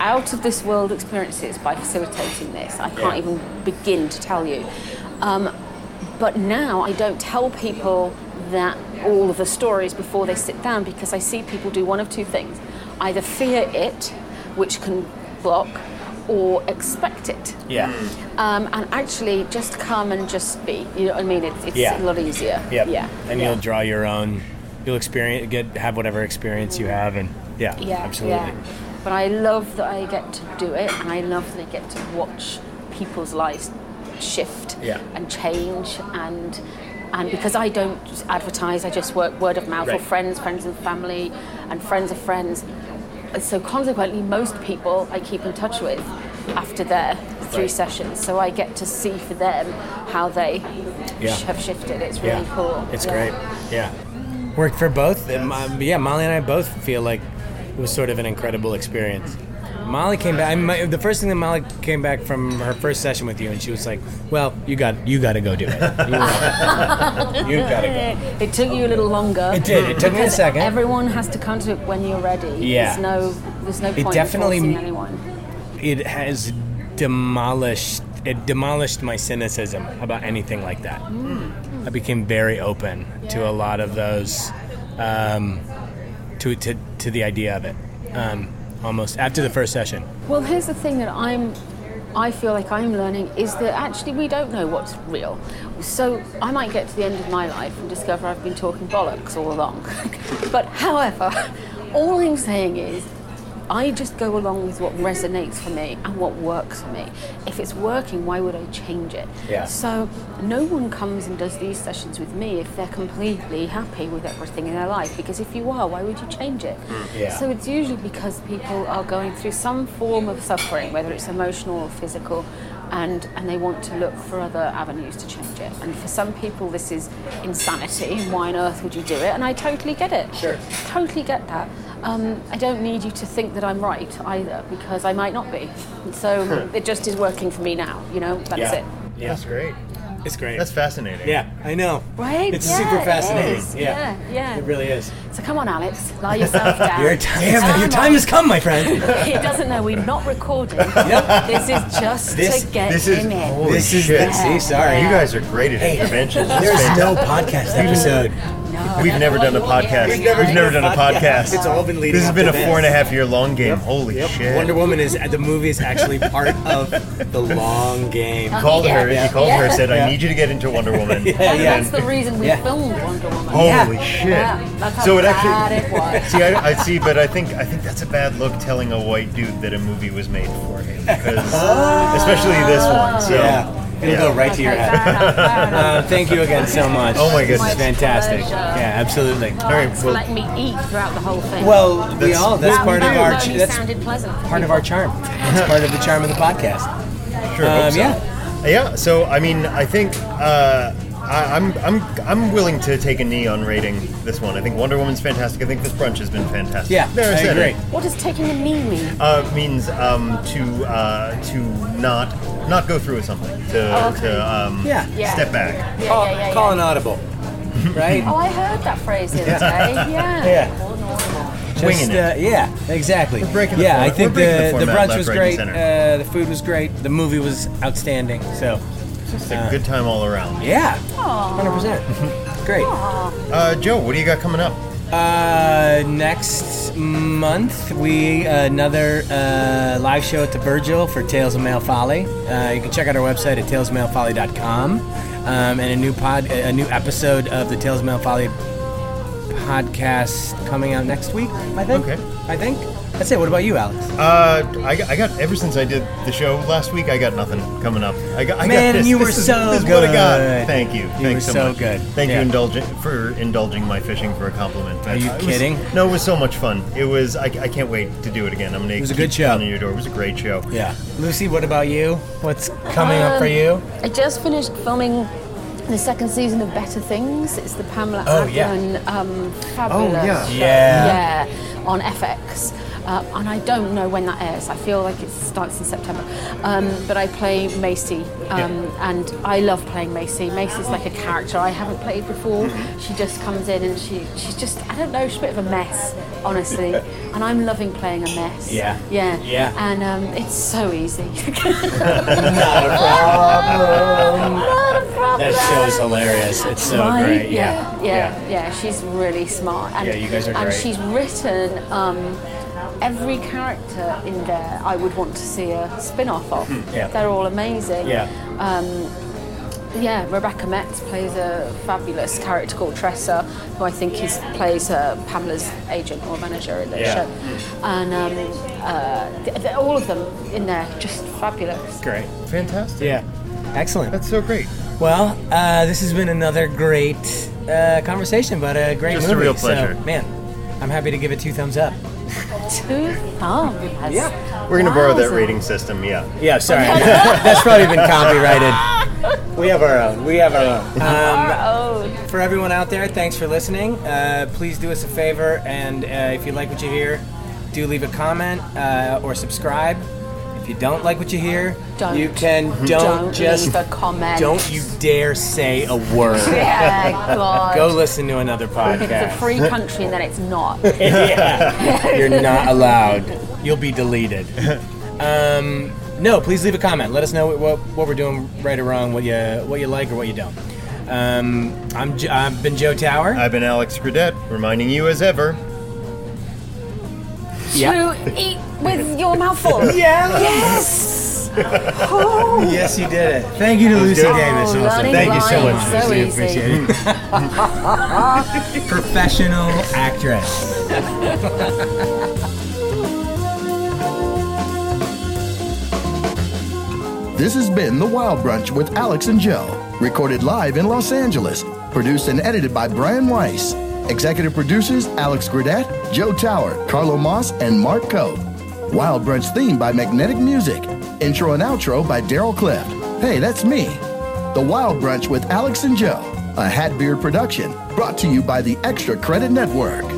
Speaker 5: out of this world experiences by facilitating this. I can't
Speaker 16: Yeah.
Speaker 5: even begin to tell you. Um, but now I don't tell people that all of the stories before they sit down because I see people do one of two things either fear it, which can block, or expect it.
Speaker 4: yeah
Speaker 5: Um, and actually, just come and just be. You know what I mean? It's, it's
Speaker 4: Yeah.
Speaker 5: a lot easier.
Speaker 4: yep.
Speaker 5: Yeah.
Speaker 4: and you'll draw your own you'll experience get have whatever experience you have and yeah
Speaker 5: Yeah,
Speaker 4: absolutely
Speaker 5: yeah. But I love that I get to do it, and I love that I get to watch people's lives shift
Speaker 16: Yeah.
Speaker 5: and change, and and because I don't advertise, I just work word of mouth or
Speaker 16: Right.
Speaker 5: friends, friends and family, and friends of friends. And So consequently, most people I keep in touch with after their three
Speaker 16: Right.
Speaker 5: sessions, so I get to see for them how they
Speaker 4: Yeah.
Speaker 5: sh- have shifted. It's really
Speaker 4: yeah.
Speaker 5: cool.
Speaker 4: It's
Speaker 5: Yeah.
Speaker 4: great. Yeah. Worked for both. And my- yeah, Molly and I both feel like it was sort of an incredible experience. Molly came back. I my, the first thing that Molly came back from her first session with you, and she was like, "Well, you got you got to go do it.
Speaker 5: <laughs>
Speaker 4: You gotta
Speaker 5: go. It took you a little longer.
Speaker 4: It did. It took me a
Speaker 5: Because
Speaker 4: second.
Speaker 5: Everyone has to come to it when you're ready.
Speaker 4: Yeah.
Speaker 5: There's no. There's no
Speaker 4: It
Speaker 5: point in
Speaker 4: definitely-
Speaker 5: forcing anyone.
Speaker 4: It has demolished it demolished my cynicism about anything like that. I became very open to a lot of those, um, to, to to the idea of it. Um, almost after the first session.
Speaker 5: Well, here's the thing that I'm. I feel like I'm learning is that actually we don't know what's real. So I might get to the end of my life and discover I've <laughs> been talking bollocks all along. but however, all I'm saying is I just go along with what resonates for me and what works for me. If it's working, why would I change it?
Speaker 9: Yeah.
Speaker 5: So no one comes and does these sessions with me if they're completely happy with everything in their life. Because if you are, why would you change it?
Speaker 9: Mm, yeah.
Speaker 5: So it's usually because people are going through some form of suffering, whether it's emotional or physical, and, and they want to look for other avenues to change it. And for some people, this is insanity. and Why on earth would you do it? And I totally get it.
Speaker 9: Sure.
Speaker 5: Totally get that. Um, I don't need you to think that I'm right either, because I might not be. So
Speaker 9: <laughs>
Speaker 5: it just is working for me now. You know, that's
Speaker 4: Yeah.
Speaker 5: it.
Speaker 4: Yeah.
Speaker 2: That's great.
Speaker 4: It's great.
Speaker 2: That's fascinating.
Speaker 4: Yeah, I know.
Speaker 5: Right?
Speaker 4: It's
Speaker 5: Yeah,
Speaker 4: super
Speaker 5: it
Speaker 4: fascinating.
Speaker 5: is.
Speaker 4: yeah.
Speaker 5: yeah, yeah.
Speaker 4: It really is.
Speaker 5: So come on, Alex, lie
Speaker 4: <laughs>
Speaker 5: yourself down.
Speaker 4: Your time- Damn it,
Speaker 5: Come
Speaker 4: your
Speaker 5: on.
Speaker 4: time has come, my <laughs> friend.
Speaker 5: <laughs> he doesn't know we're not recording. This is just to get
Speaker 2: this is,
Speaker 5: him in.
Speaker 2: holy
Speaker 4: This is
Speaker 2: shit.
Speaker 4: the- see, sorry.
Speaker 2: You guys are great at interventions. It's
Speaker 4: There's no
Speaker 2: fantastic.
Speaker 4: podcast episode.
Speaker 2: We've never done a podcast. We've never, done a podcast.
Speaker 4: It's all been leading
Speaker 2: This has
Speaker 4: up
Speaker 2: been
Speaker 4: to
Speaker 2: a
Speaker 4: this.
Speaker 2: four and a half year long game. Holy shit.
Speaker 4: Wonder Woman is the movie is actually part of the long game.
Speaker 2: He called her.
Speaker 4: Yeah.
Speaker 2: He called her.
Speaker 5: Yeah.
Speaker 2: Said,
Speaker 4: Yeah.
Speaker 2: "I need you to get into Wonder Woman."
Speaker 4: <laughs> Yeah,
Speaker 5: And
Speaker 4: yeah.
Speaker 5: that's the reason we
Speaker 4: Yeah. Oh,
Speaker 5: filmed Wonder Woman.
Speaker 2: Holy
Speaker 5: Yeah.
Speaker 2: shit!
Speaker 5: Yeah, that's how
Speaker 2: so it
Speaker 5: bad
Speaker 2: actually.
Speaker 5: it
Speaker 2: <laughs>
Speaker 5: was.
Speaker 2: see, I, I see, but I think I think that's a bad look telling a white dude that a movie was made for him
Speaker 5: <laughs>
Speaker 2: because, especially this one. So,
Speaker 4: Yeah. It'll go <laughs> right to your
Speaker 5: Okay,
Speaker 4: head.
Speaker 5: fair enough,
Speaker 4: <laughs>
Speaker 5: fair enough.
Speaker 4: Uh, thank you again so much.
Speaker 2: Oh my goodness.
Speaker 4: This is fantastic.
Speaker 5: pleasure.
Speaker 4: Yeah, absolutely.
Speaker 5: Thanks for
Speaker 2: well-
Speaker 5: letting me eat throughout the whole thing.
Speaker 4: Well, we
Speaker 2: That's-
Speaker 4: all that's
Speaker 5: that,
Speaker 4: part of
Speaker 5: that
Speaker 4: our
Speaker 5: only
Speaker 4: that's
Speaker 5: sounded pleasant. for
Speaker 4: part of
Speaker 5: people.
Speaker 4: our <laughs> charm. It's part of the charm of the podcast.
Speaker 2: sure. hope
Speaker 4: Um,
Speaker 2: so.
Speaker 4: yeah.
Speaker 2: Yeah. So I mean, I think uh, I, I'm I'm I'm willing to take a knee on rating this one. I think Wonder Woman's fantastic. I think this brunch has been fantastic.
Speaker 4: Yeah,
Speaker 2: There,
Speaker 4: I
Speaker 2: said it.
Speaker 4: agree.
Speaker 5: What does taking a knee mean?
Speaker 2: Uh, means um, to uh, to not not go through with something to,
Speaker 5: Oh, okay.
Speaker 2: to um,
Speaker 4: Yeah.
Speaker 5: Yeah.
Speaker 2: step back.
Speaker 5: Yeah,
Speaker 4: Call,
Speaker 5: yeah, yeah,
Speaker 4: call
Speaker 5: yeah.
Speaker 4: an <laughs> audible. Right?
Speaker 5: Oh, I heard that phrase the other day.
Speaker 4: <laughs>
Speaker 5: Yeah.
Speaker 4: Yeah.
Speaker 2: Winging
Speaker 4: Just,
Speaker 2: it.
Speaker 4: uh, yeah, exactly.
Speaker 2: breaking the
Speaker 4: yeah,
Speaker 2: format-
Speaker 4: I think
Speaker 2: we're breaking the
Speaker 4: the, the,
Speaker 2: format
Speaker 4: brunch
Speaker 2: left,
Speaker 4: was
Speaker 2: right, and
Speaker 4: great.
Speaker 2: center.
Speaker 4: Uh, the food was great. The movie was outstanding. So,
Speaker 2: It's
Speaker 5: Uh.
Speaker 2: a good time all around.
Speaker 4: yeah,
Speaker 5: Aw.
Speaker 4: <laughs> 100%. great.
Speaker 2: Uh, Joe, what do you got coming up?
Speaker 4: Uh, next month we another uh, live show at the Virgil for Tales of Male Folly. Uh, you can check out our website at talesofmalefolly.com. Um, and a new pod, a new episode of the Tales of Male Folly podcast coming out next week. I think.
Speaker 2: Okay.
Speaker 4: I think that's it. What about you, Alex?
Speaker 2: Uh, I, got- I got ever since I did the show last week, I got nothing coming up. I got, I
Speaker 4: Man,
Speaker 2: got this.
Speaker 4: you
Speaker 2: This
Speaker 4: were
Speaker 2: is-
Speaker 4: so
Speaker 2: this is what I got.
Speaker 4: good.
Speaker 2: Thank you.
Speaker 4: You
Speaker 2: Thanks so,
Speaker 4: were so
Speaker 2: much.
Speaker 4: good.
Speaker 2: Thank
Speaker 4: Yeah.
Speaker 2: you indulging for indulging my fishing for a compliment.
Speaker 4: Are you
Speaker 2: It was-
Speaker 4: kidding?
Speaker 2: no, it was so much fun. It was. I, I can't wait to do it again. I'm gonna. It
Speaker 4: was a good show.
Speaker 2: your door. It was a great show.
Speaker 4: Yeah. Lucy, what about you? What's coming up for
Speaker 5: Um,
Speaker 4: you?
Speaker 5: I just finished filming the second season of Better Things. It's the Pamela
Speaker 4: Oh, yeah.
Speaker 5: Adlon um, fabulous.
Speaker 2: yeah.
Speaker 5: show.
Speaker 4: Yeah.
Speaker 5: Yeah, on FX. Uh, and I don't know when that airs. I feel like it starts in September. Um, but I play Macy, um, and I love playing Macy. Macy's like a character I haven't played before.
Speaker 4: Mm-hmm.
Speaker 5: She just comes in and she she's just I don't know. She's a bit of a mess,
Speaker 4: <laughs>
Speaker 5: honestly. and I'm loving playing a mess.
Speaker 4: Yeah.
Speaker 5: Yeah.
Speaker 4: Yeah.
Speaker 5: And um, it's
Speaker 4: <laughs>
Speaker 5: so easy. <laughs>
Speaker 4: Not a problem.
Speaker 5: Not a problem.
Speaker 4: That show is hilarious. It's so
Speaker 5: Right?
Speaker 4: great.
Speaker 5: Yeah. Yeah. She's really smart. And,
Speaker 4: Yeah, you guys are
Speaker 5: And
Speaker 4: great.
Speaker 5: she's written um, every character in there. I would want to see a spin-off of.
Speaker 4: Hmm. Yeah.
Speaker 5: They're all amazing.
Speaker 4: Yeah.
Speaker 5: Um, yeah, Rebecca Metz plays a fabulous character called Tressa, who I think is plays uh, Pamela's agent or manager in the
Speaker 4: Yeah.
Speaker 5: show. And um, uh, th- th- all of them in there, just fabulous.
Speaker 4: Great.
Speaker 2: Fantastic.
Speaker 4: Yeah. Excellent.
Speaker 2: That's so great.
Speaker 4: Well, uh, this has been another great uh, conversation about a great
Speaker 2: Just a
Speaker 4: movie.
Speaker 2: real
Speaker 4: So,
Speaker 2: pleasure.
Speaker 4: man, I'm happy to give it two thumbs up.
Speaker 5: <laughs> Two thumbs.
Speaker 4: Yeah.
Speaker 2: We're gonna borrow that
Speaker 5: Wowza.
Speaker 2: rating system. Yeah.
Speaker 4: Yeah, <laughs> sorry. That's probably been copyrighted. <laughs> We have our own. We have <laughs> our own.
Speaker 5: Oh,
Speaker 4: Um, For everyone out there, thanks for listening. Uh, please do us a favor, and uh, if you like what you hear, do leave a comment uh, or subscribe. If you don't like what you hear,
Speaker 5: Don't.
Speaker 4: you can don't,
Speaker 5: Don't
Speaker 4: just
Speaker 5: leave a comment.
Speaker 4: Don't you dare say a <laughs> word.
Speaker 5: <laughs> yeah, God.
Speaker 4: Go listen to another
Speaker 5: It's a
Speaker 4: podcast.
Speaker 5: free country and then
Speaker 4: <laughs>
Speaker 5: it's not. <laughs>
Speaker 4: You're not allowed. You'll be deleted. Um, no, please leave a comment. Let us know what, what, what we're doing right or wrong, what you what you like or what you don't. Um, I'm J- I've been Joe Tower.
Speaker 2: I've been Alex Gradette, reminding you as ever.
Speaker 5: You eat with your mouth full.
Speaker 4: <laughs>
Speaker 5: Yes. Oh,
Speaker 4: Yes, you did it. Thank you to Lucy
Speaker 2: good.
Speaker 4: Davis. Also,
Speaker 5: Oh, learning
Speaker 4: thank you so much.
Speaker 5: lines, so
Speaker 4: Lucy.
Speaker 5: easy.
Speaker 4: Appreciate it. <laughs>
Speaker 5: <laughs>
Speaker 4: Professional actress.
Speaker 1: This has been The Wild Brunch with Alex and Joe, recorded live in Los Angeles, produced and edited by Brian Weiss. Executive producers Alex Gradette, Joe Tower, Carlo Moss, and Mark Coe. Wild Brunch theme by Magnetic Music. Intro and outro by Daryl Clift. Hey, that's me. The Wild Brunch with Alex and Joe, a Hatbeard production, brought to you by the Extra Credit Network.